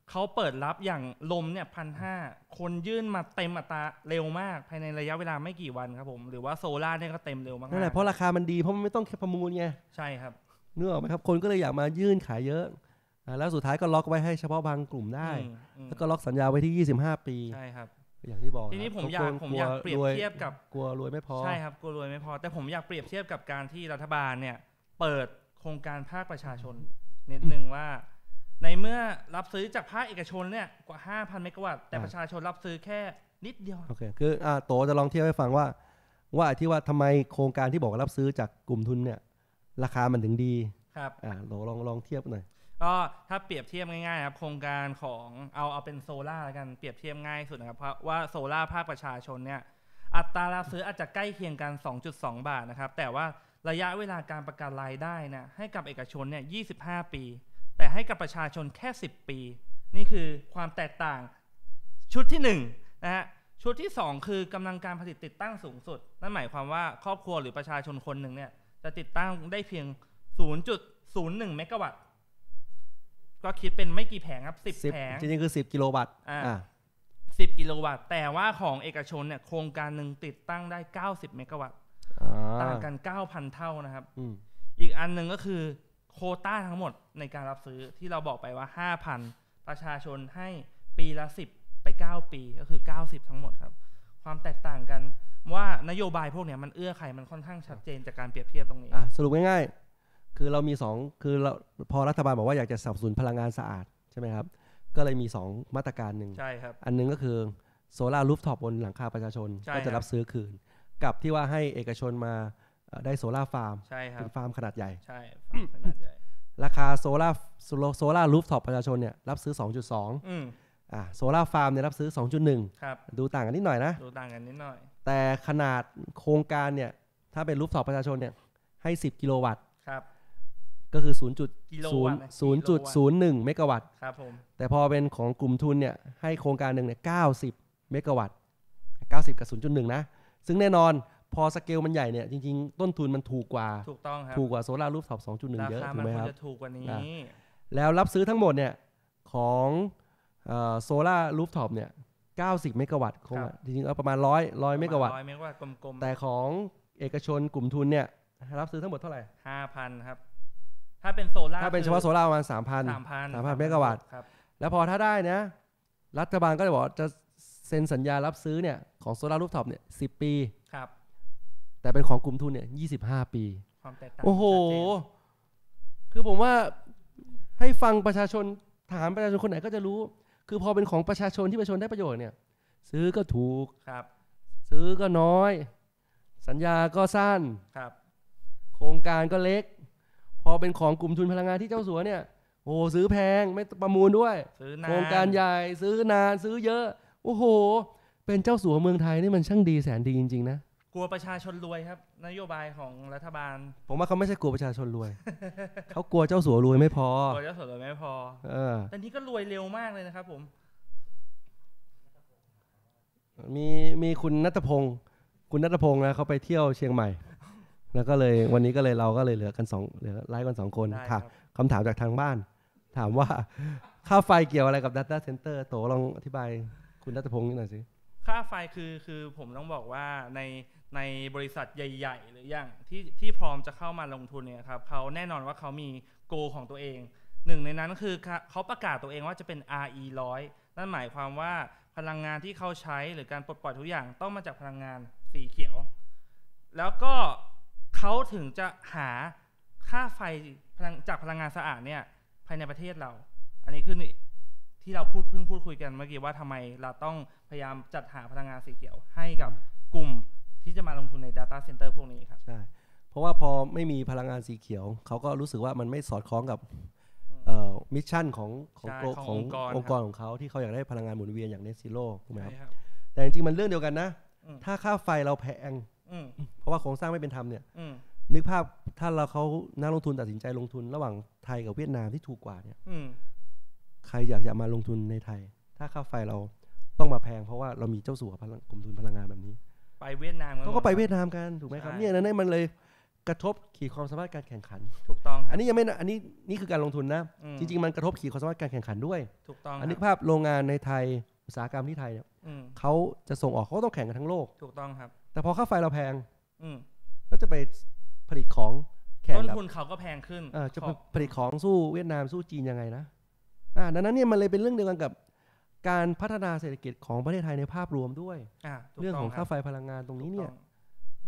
[SPEAKER 2] เขาเปิดรับอย่างลมเนี่ยพันห้าคนยื่นมาเต็มอัตราเร็วมากภายในระยะเวลาไม่กี่วันครับผมหรือว่าโซล่าร์เนี่ยก็เต็มเร็วมากๆ
[SPEAKER 1] นั่นแหละเพราะราคามันดีเพราะมันไม่ต้องแค่ประมูลไง
[SPEAKER 2] ใช่ครับ
[SPEAKER 1] นึกออกไหมครับคนก็เลยอยากมายื่นขายเยอะอ่าแล้วสุดท้ายก็ล็อกไว้ให้เฉพาะบางกลุ่มได้
[SPEAKER 2] อืมอืม
[SPEAKER 1] แล้วก็ล็อกสัญญาไว้ที่ 25 ปี
[SPEAKER 2] ใช่ครับ
[SPEAKER 1] อย่างที่บอก
[SPEAKER 2] ทีนี้
[SPEAKER 1] ครับ
[SPEAKER 2] ผม
[SPEAKER 1] ทุ
[SPEAKER 2] อยาก
[SPEAKER 1] คน
[SPEAKER 2] ผมอยาก
[SPEAKER 1] ลัว
[SPEAKER 2] เปรียบ
[SPEAKER 1] ว
[SPEAKER 2] เทียบกับ
[SPEAKER 1] กลัวรวยไม่พอ
[SPEAKER 2] ใช่ครับกลัวรวยไม่พอ แต่ผมอยากเปรียบเทียบกับการที่รัฐบาลเนี่ย เปิดโครงการภาคประชาชน นิดนึงว่า ในเมื่อรับซื้อจากภาคเอกชนเนี่ยกว่า 5,000 เมกะวัตต์แต่
[SPEAKER 1] อ่า
[SPEAKER 2] ประชาชนรับซื้อแค่นิดเดียว
[SPEAKER 1] โอเค คืออ่าโตจะลองเทียบให้ฟังว่า ว่าที่ว่าทำไมโครงการที่บอกว่ารับซื้อจากกลุ่มทุนเนี่ย ราคามันถึงดี
[SPEAKER 2] ครับ
[SPEAKER 1] อ่าโตลองลองเทียบหน่อย
[SPEAKER 2] ก็ถ้าเปรียบเทียบง่ายๆนะครับโครงการของเอาเอาเป็นโซล่าแล้วกันเปรียบเทียบง่ายสุดนะครับเพราะว่าโซล่าภาคประชาชนเนี่ยอัตราราซื้ออาจจะใกล้เคียงกัน 2.2 บาทนะครับแต่ว่าระยะเวลาการประกันรายได้นะให้กับเอกชนเนี่ย 25 ปี แต่ให้กับประชาชนแค่ 10 ปี นี่คือความแตกต่าง ชุดที่หนึ่งนะฮะชุดที่สองคือกำลังการผลิตติดตั้งสูงสุด นั่นหมายความว่าครอบครัวหรือประชาชนคนหนึ่งเนี่ยจะติดตั้งได้เพียง 0.01 เมกะวัตต์ ก็คิดเป็นไม่กี่แผงครับ 10 แผง
[SPEAKER 1] จริงๆคือ 10 กิโลวัตต์
[SPEAKER 2] อ่า
[SPEAKER 1] อ่า
[SPEAKER 2] 10 กิโลวัตต์ แต่ว่าของเอกชนเนี่ยโครงการหนึ่งติดตั้งได้ 90 เมกะวัตต์ ต่างกัน 9,000 เท่านะครับ
[SPEAKER 1] อืม
[SPEAKER 2] อีกอันหนึ่งก็คือโควต้าทั้งหมดในการรับซื้อที่เราบอกไปว่า 5,000 ประชาชนให้ปีละ 10 ไป 9 ปีก็คือ 90 ทั้งหมดครับ ความแตกต่างกันว่านโยบายพวกเนี้ยมันเอื้อใครมันค่อนข้างชัดเจนจากการเปรียบเทียบตรงนี้
[SPEAKER 1] อ่ะสรุปง่ายๆ คือเรามี 2 คือเราพอรัฐบาลบอกว่าอยากจะสนับสนุนพลังงานสะอาดใช่ไหมครับ ก็เลยมี 2 มาตรการหนึ่ง
[SPEAKER 2] ใช่ครับ
[SPEAKER 1] อันหนึงก็คือโซลารูฟท็อปบนหลังคาประชาชน
[SPEAKER 2] ใช่
[SPEAKER 1] ก็จะ
[SPEAKER 2] ครับ
[SPEAKER 1] รับซื้อคืน กับที่ว่าให้เอกชนมาเอ่อได้โซลาฟาร์ม
[SPEAKER 2] ใช่ครั
[SPEAKER 1] เป็
[SPEAKER 2] บ
[SPEAKER 1] นฟาร์มขนาดใหญ่
[SPEAKER 2] ใช่ฟังขนาดใหญ่
[SPEAKER 1] ราคาโซลาโซลารูฟท็อปประชาชนเนี่ยรับซื้อ 2.2
[SPEAKER 2] อืม
[SPEAKER 1] อ่ะโซลาฟาร์มเนี่ยรับซื้อ
[SPEAKER 2] ครับ
[SPEAKER 1] 2.1 ดูต่างกันนิดหน่อยนะ
[SPEAKER 2] ดูต่างกันนิดหน่อย
[SPEAKER 1] แต่ขนาดโครงการเนี่ย ถ้าเป็นรูปสอบประชาชนเนี่ย ให้ 10 กิโลวัตต์
[SPEAKER 2] ครับ
[SPEAKER 1] ก็คือ 0 0
[SPEAKER 2] กิโลวัตต์นะกิโลวัตต์
[SPEAKER 1] 0 0 1เมกะวัตต์
[SPEAKER 2] ครับผม
[SPEAKER 1] แต่พอเป็นของกลุ่มทุนเนี่ย ให้โครงการหนึ่งเนี่ย 90 เมกะวัตต์ 90 กับ 0.1 นะ ซึ่งแน่นอนพอสเกลมันใหญ่เนี่ย จริง ๆ ต้นทุนมันถูกกว่า
[SPEAKER 2] ถูกต้องครับ
[SPEAKER 1] ถูกกว่าโซลารูปสอบ2.1
[SPEAKER 2] รา
[SPEAKER 1] เยอะ
[SPEAKER 2] คา
[SPEAKER 1] ถู
[SPEAKER 2] มั
[SPEAKER 1] ก
[SPEAKER 2] น
[SPEAKER 1] ไหม
[SPEAKER 2] ค
[SPEAKER 1] ค
[SPEAKER 2] วร
[SPEAKER 1] รับ
[SPEAKER 2] จะถูกกว่านี้
[SPEAKER 1] อ่ะ แล้วรับซื้อทั้งหมดเนี่ย ของโซลารูฟท็อปเนี่ย 90 เมกะวัตต์คง
[SPEAKER 2] ครับ
[SPEAKER 1] จริงๆเอาประมาณ 100 100 เมกะวัตต์
[SPEAKER 2] ร้อยเมกะวัตต์กลม
[SPEAKER 1] แต่ของเอกชนกลุ่มทุนเนี่ยรับซื้อทั้งหมดเท่าไหร่
[SPEAKER 2] ๆห้าพันครับ ถ้าเป็นโซล่า
[SPEAKER 1] ถ้าเป็นเฉพาะโซล่าร์ประมาณ 3,000
[SPEAKER 2] สามพัน
[SPEAKER 1] 3,000เมกะวัตต์
[SPEAKER 2] ครับ
[SPEAKER 1] แล้วพอถ้าได้นะรัฐบาลก็จะบอกจะเซ็นสัญญารับซื้อเนี่ยของโซลารูฟท็อปเนี่ยสิปี
[SPEAKER 2] ครับ
[SPEAKER 1] แต่เป็นของกลุ่มทุนเนี่ยยีปี
[SPEAKER 2] ความแตกต่าง
[SPEAKER 1] โอ้โห
[SPEAKER 2] ชัดเจน
[SPEAKER 1] คือผมว่าให้ฟังประชาชนถามประชาชนคนไหนก็จะรู้ คือพอเป็นของประชาชนที่ประชาชนได้ประโยชน์เนี่ยซื้อก็ถูก
[SPEAKER 2] ครับ
[SPEAKER 1] ซื้อก็น้อย สัญญาก็สั้น
[SPEAKER 2] ครับ
[SPEAKER 1] โครงการก็เล็ก พอเป็นของกลุ่มทุนพลังงานที่เจ้าสัวเนี่ยโอ้โหซื้อแพงไม่ประมูลด้วย
[SPEAKER 2] ซื้อนา
[SPEAKER 1] โครงการใหญ่ซื้อนานซื้อเยอะ โอ้โห เป็นเจ้าสัวเมืองไทยนี่มันช่างดีแสนดีจริงๆนะ
[SPEAKER 2] กลัวประชาชนรวยครับ นโยบายของรัฐบาล
[SPEAKER 1] ผมว่าเขาไม่ใช่กลัวประชาชนร วย เขากลัวเจ้าสัวรวยไม่พอก
[SPEAKER 2] ลัวจะสดไม่พอ
[SPEAKER 1] เออ
[SPEAKER 2] แต่นี่ก็รวยเร็วมากเลยนะครับผม
[SPEAKER 1] มีมีคุณนัทพงศ์คุณนัทพงศ์นะเขาไปเที่ยวเชียงใหม่ แล้วก็เลยวันนี้ก็เลยเราก็เลยเหลือกันสองเหลือไลฟ์กันสองคน
[SPEAKER 2] ได้ค
[SPEAKER 1] ค่ะ
[SPEAKER 2] รับ
[SPEAKER 1] คำถามจากทางบ้าน ถามว่า ค่าไฟเกี่ยวอะไรกับ Data Center โตลองอธิบายคุณรัตพงศ์นิดหน่อยสิ
[SPEAKER 2] ค่าไฟคือคือผมต้องบอกว่าในในบริษัทใหญ่ ๆ หรืออย่างที่ที่พร้อมจะเข้ามาลงทุนเนี่ยครับเขาแน่นอนว่าเขามีโกของตัวเอง หนึ่งในนั้นคือเขาเขาประกาศตัวเองว่าจะเป็น RE 100 นั่นหมายความว่าพลังงานที่เขาใช้หรือการปลดปล่อยทุกอย่างต้องมาจากพลังงานสีเขียว แล้วก็เขาถึงจะหาค่าไฟพลังจากพลังงานสะอาดเนี่ยภายในประเทศเรา อันนี้คือที่เราพูดเพิ่งพูดคุยกันเมื่อกี้ว่าทำไมเราต้องพยายามจัดหาพลังงานสีเขียวให้กับกลุ่มที่จะมาลงทุนใน Data Center พวกนี้ครับ
[SPEAKER 1] ใช่ เพราะว่าพอไม่มีพลังงานสีเขียว เขาก็รู้สึกว่ามันไม่สอดคล้องกับเอ่อมิชชั่นของของ
[SPEAKER 2] ใช่
[SPEAKER 1] โก
[SPEAKER 2] ของ
[SPEAKER 1] ของ
[SPEAKER 2] องค์
[SPEAKER 1] องค์
[SPEAKER 2] กร
[SPEAKER 1] กรของเขาที่เขาอยากได้พลังงานหมุนเวียนอย่างเนซิโร่ถูกไหมครับ
[SPEAKER 2] ใช่ครับ
[SPEAKER 1] แต่จริงๆ มันเรื่องเดียวกันนะ
[SPEAKER 2] อืม
[SPEAKER 1] ถ้าค่าไฟเราแพง
[SPEAKER 2] อืม
[SPEAKER 1] เพราะว่าโครงสร้างไม่เป็นธรรมเนี่ย
[SPEAKER 2] อืม
[SPEAKER 1] นึกภาพถ้าเราเขานักลงทุนตัดสินใจลงทุนระหว่างไทยกับเวียดนามที่ถูกกว่าเนี่ย
[SPEAKER 2] อืม
[SPEAKER 1] ใครอยากจะมาลงทุนในไทย ถ้าค่าไฟเราต้องมาแพงเพราะว่าเรามีเจ้าสัวพลังกลุ่มทุนพลังงานแบบนี้
[SPEAKER 2] ไปเวียดนามน
[SPEAKER 1] เขาก็ไป
[SPEAKER 2] หมด
[SPEAKER 1] เวียดนามกันถูกไหมครับ
[SPEAKER 2] ใช่
[SPEAKER 1] เนี่ยนั่นมันเลยกระทบขีดความสามารถการแข่งขัน
[SPEAKER 2] ถูกต้องครั
[SPEAKER 1] อั
[SPEAKER 2] บ
[SPEAKER 1] นนี้ยังไม่นะอันนี้นี่คือการลงทุนนะ
[SPEAKER 2] อืม
[SPEAKER 1] จริง ๆ มันกระทบขีดความสามารถการแข่งขันด้วย
[SPEAKER 2] ถูกต้อง
[SPEAKER 1] อันนี้
[SPEAKER 2] ครับ
[SPEAKER 1] ภาพโรงงานในไทยอุตสาหกรรมที่ไทยเนี่ย
[SPEAKER 2] อืม
[SPEAKER 1] เขาจะส่งออกเขาก็ต้องแข่งกันทั้งโลก
[SPEAKER 2] ถูกต้องครับ
[SPEAKER 1] แต่พอค่าไฟเราแพง
[SPEAKER 2] อืม
[SPEAKER 1] ก็จะไปผลิตของแข่ง
[SPEAKER 2] ต้น
[SPEAKER 1] กับ
[SPEAKER 2] ทุนเขาก็แพงขึ้น
[SPEAKER 1] เอ่อจะ
[SPEAKER 2] ขอ
[SPEAKER 1] ผลิตของสู้เวียดนามสู้จีนยังไงนะอ่าดังนั้นเนี่ยมันเลยเป็นเรื่องเดียวกันกับ การพัฒนาเศรษฐกิจของประเทศไทยในภาพรวมด้วย
[SPEAKER 2] อ่ะถูก
[SPEAKER 1] เรื่อง
[SPEAKER 2] ต้
[SPEAKER 1] ของ
[SPEAKER 2] รั
[SPEAKER 1] ค่า
[SPEAKER 2] บ
[SPEAKER 1] ไฟพลังงานตรงนี้เนี่ย
[SPEAKER 2] ถูกต้อง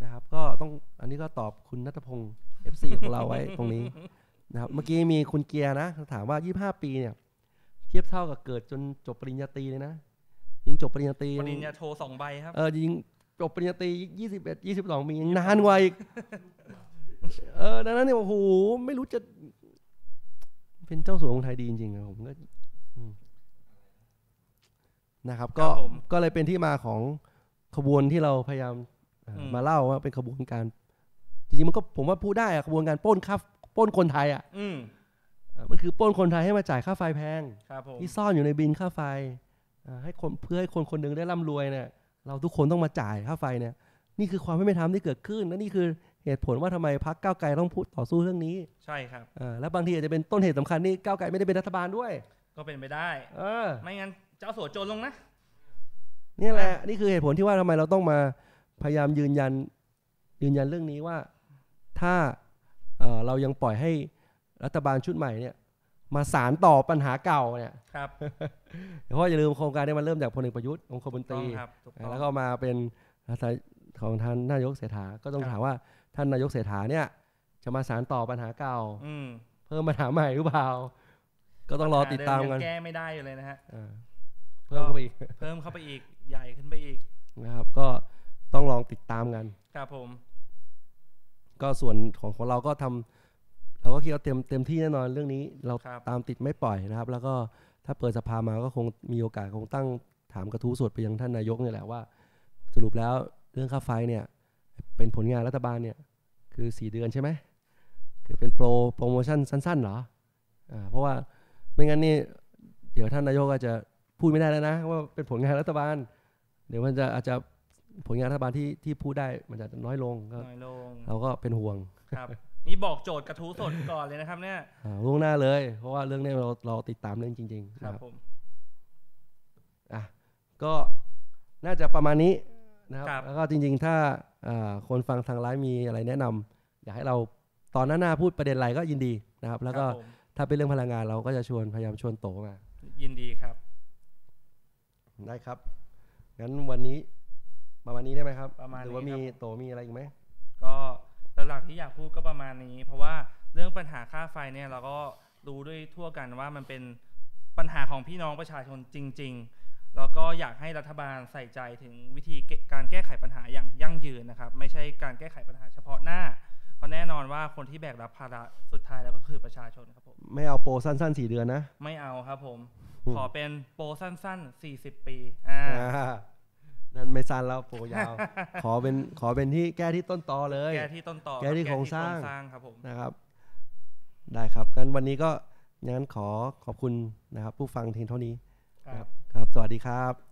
[SPEAKER 1] นะครับก็ต้องอันนี้ก็ตอบคุณนัทพงศ์ FC ของเราไว้ตรงนี้นะครับเมื่อกี้มีคุณเกียร์นะถามว่า 25 ปีเนี่ยเทียบเท่ากับเกิดจนจบปริญญาตรีเลยนะยิงจบปริญญาตรี
[SPEAKER 2] ปริญญาโทสองใบครับ
[SPEAKER 1] เออยิงจบปริญญาตรี21 22 มียังนานกว่าอีก เออดังนั้นเนี่ยโอ้โหไม่รู้จะ เป็นเจ้าสัวของไทยดีจริงๆนะผมก็อืมนะครับ ก็
[SPEAKER 2] ครับผม
[SPEAKER 1] ก็เลยเป็นที่มาของขบวนที่เราพยายามเอ่ออ
[SPEAKER 2] ม
[SPEAKER 1] มาเล่าว่าเป็นขบวนการ จริงๆมันก็ผมว่าพูดได้อะขบวนการปล้นค่าปล้นคนไทยอะ
[SPEAKER 2] อืม
[SPEAKER 1] เอ่อมันคือปล้นคนไทยให้มาจ่ายค่าไฟแพง
[SPEAKER 2] ครับผม
[SPEAKER 1] ที่ซ่อนอยู่ในบินค่าไฟอ่าให้คนเพื่อให้คนคนหนึ่งได้ร่ำรวยเนี่ย เราทุกคนต้องมาจ่ายค่าไฟเนี่ย นี่คือความไม่เป็นธรรมที่เกิดขึ้น และนี่คือเหตุผลว่าทำไมพรรคก้าวไกลต้องพูดต่อสู้เรื่องนี้
[SPEAKER 2] ใช่ครับ
[SPEAKER 1] อ่าและบางทีอาจจะเป็นต้นเหตุสำคัญนี่ก้าวไกลไม่ได้เป็นรัฐบาลด้วย
[SPEAKER 2] ก็เป็นไปได้
[SPEAKER 1] เออ
[SPEAKER 2] ไม่งั้นเจ้าสัวโจรลงนะ
[SPEAKER 1] นี่แหละนี่คือเหตุผลที่ว่าทำไมเราต้องมาพยายามยืนยันยืนยันเรื่องนี้ว่าถ้าเอ่อเรายังปล่อยให้รัฐบาลชุดใหม่เนี่ย มาสารต่อปัญหาเก่าเนี่ย
[SPEAKER 2] ครับ
[SPEAKER 1] เพราะว่าอย่าลืมโครงการเนี้มันเริ่มจากพลเอกประยุทธ์องคมนต
[SPEAKER 2] ต้อง
[SPEAKER 1] รี
[SPEAKER 2] ครับถูกต้
[SPEAKER 1] อ่า
[SPEAKER 2] อง
[SPEAKER 1] แล้วก็มาเป็นรัฐของท่านนายกเศรษฐา ก็ต้อง
[SPEAKER 2] ครับ
[SPEAKER 1] ถามว่าท่านนายกเศรษฐาเนี่ย จะมาสารต่อปัญหาเก่า
[SPEAKER 2] อืม
[SPEAKER 1] เพิ่มปัญหาใหม่หรือเปล่า ก็ต้องรอติดตามกัน
[SPEAKER 2] หเดิยังแก้ไม่ได้อยู่เลยนะฮะ
[SPEAKER 1] อ่าเพิ่มเข้าไปอีก
[SPEAKER 2] เพิ่มเข้าไปอีกใหญ่ขึ้นไปอีก
[SPEAKER 1] นะครับ ก็ต้องลองติดตามกัน
[SPEAKER 2] ครับผม
[SPEAKER 1] ก็ส่วนของของเราก็ทำเราก็คิดว่าเต็มเต็มที่แน่นอนเรื่องนี้ เรา
[SPEAKER 2] ครับ
[SPEAKER 1] ตามติดไม่ปล่อยนะครับ แล้วก็ถ้าเปิดสภามาก็คงมีโอกาสคงตั้งถามกระทู้สดไปยังท่านนายกเนี่ยแหละว่า สรุปแล้วเรื่องค่าไฟเนี่ย เป็นผลงานรัฐบาลเนี่ย คือสี่เดือนใช่ไหมคือเป็นโปรโปรโมชั่นสั้นๆเหรออ่าเพราะว่าไม่งั้นนี่เดี๋ยวท่านนายกอาจจะพูดไม่ได้แล้วนะ ว่าเป็นผลงานรัฐบาล เดี๋ยวมันจะอาจจะผลงานรัฐบาลที่ที่พูดได้มันจะน้อยลงก็
[SPEAKER 2] น้อยลง
[SPEAKER 1] เราก็เป็นห่วง
[SPEAKER 2] ครับนี่บอกโจทย์กระทู้สดก่อนเลยนะครับเนี่ย
[SPEAKER 1] อ่าล่วงหน้าเลย เพราะว่าเรื่องเนี้ยเราเราติดตามเรื่องจริงๆ
[SPEAKER 2] ครั
[SPEAKER 1] นะ
[SPEAKER 2] บ
[SPEAKER 1] ครับ
[SPEAKER 2] ผม
[SPEAKER 1] อ่ะก็น่าจะประมาณนี้นะครับแล้วก็จริงๆ ถ้าอ่าคนฟังทางไลฟ์มีอะไรแนะนำอยากให้เราตอนหน้าๆพูดประเด็นอะไรก็ยินดีนะครับ แล้วก็
[SPEAKER 2] ครับผม
[SPEAKER 1] ถ้าเป็นเรื่องพลังงานเราก็จะชวนพยายามชวนโตมา
[SPEAKER 2] ยินดีครับ
[SPEAKER 1] ได้ครับงั้นวันนี้ประมาณนี้ได้ไหมครับ
[SPEAKER 2] ประมาณนี้
[SPEAKER 1] หรือว่า
[SPEAKER 2] ครั
[SPEAKER 1] มี
[SPEAKER 2] บ
[SPEAKER 1] โตมีอะไรอีกไหม
[SPEAKER 2] ก็หลักๆที่อยากพูดก็ประมาณนี้ เพราะว่าเรื่องปัญหาค่าไฟเนี่ยเราก็รู้ด้วยทั่วกันว่ามันเป็นปัญหาของพี่น้องประชาชนจริง ๆ แล้วก็อยากให้รัฐบาลใส่ใจถึงวิธีแก้การแก้ไขปัญหาอย่างยั่งยืนนะครับ ไม่ใช่การแก้ไขปัญหาเฉพาะหน้า เพราะแน่นอนว่าคนที่แบกรับภาระสุดท้ายแล้วก็คือประชาชนครับผม
[SPEAKER 1] ไม่เอาโปรสั้นๆสี่เดือนนะ
[SPEAKER 2] ไม่เอาครับผม
[SPEAKER 1] อืม
[SPEAKER 2] ขอเป็นโปรสั้นๆ 40 ปี อ่า
[SPEAKER 1] อ่านั่นไม่สั้นแล้วโปรยาว ขอเป็นขอเป็นที่แก้ที่ต้นตอเลย
[SPEAKER 2] แก้ที่ต้นต่อ
[SPEAKER 1] แก้ที่
[SPEAKER 2] บ
[SPEAKER 1] โครงสร้าง
[SPEAKER 2] ครับผม
[SPEAKER 1] นะครับ ได้ครับงั้นวันนี้ก็งั้นขอขอบคุณนะครับ ผู้ฟังเพียงเท่านี้
[SPEAKER 2] ครับ
[SPEAKER 1] ครับ สวัสดีครับ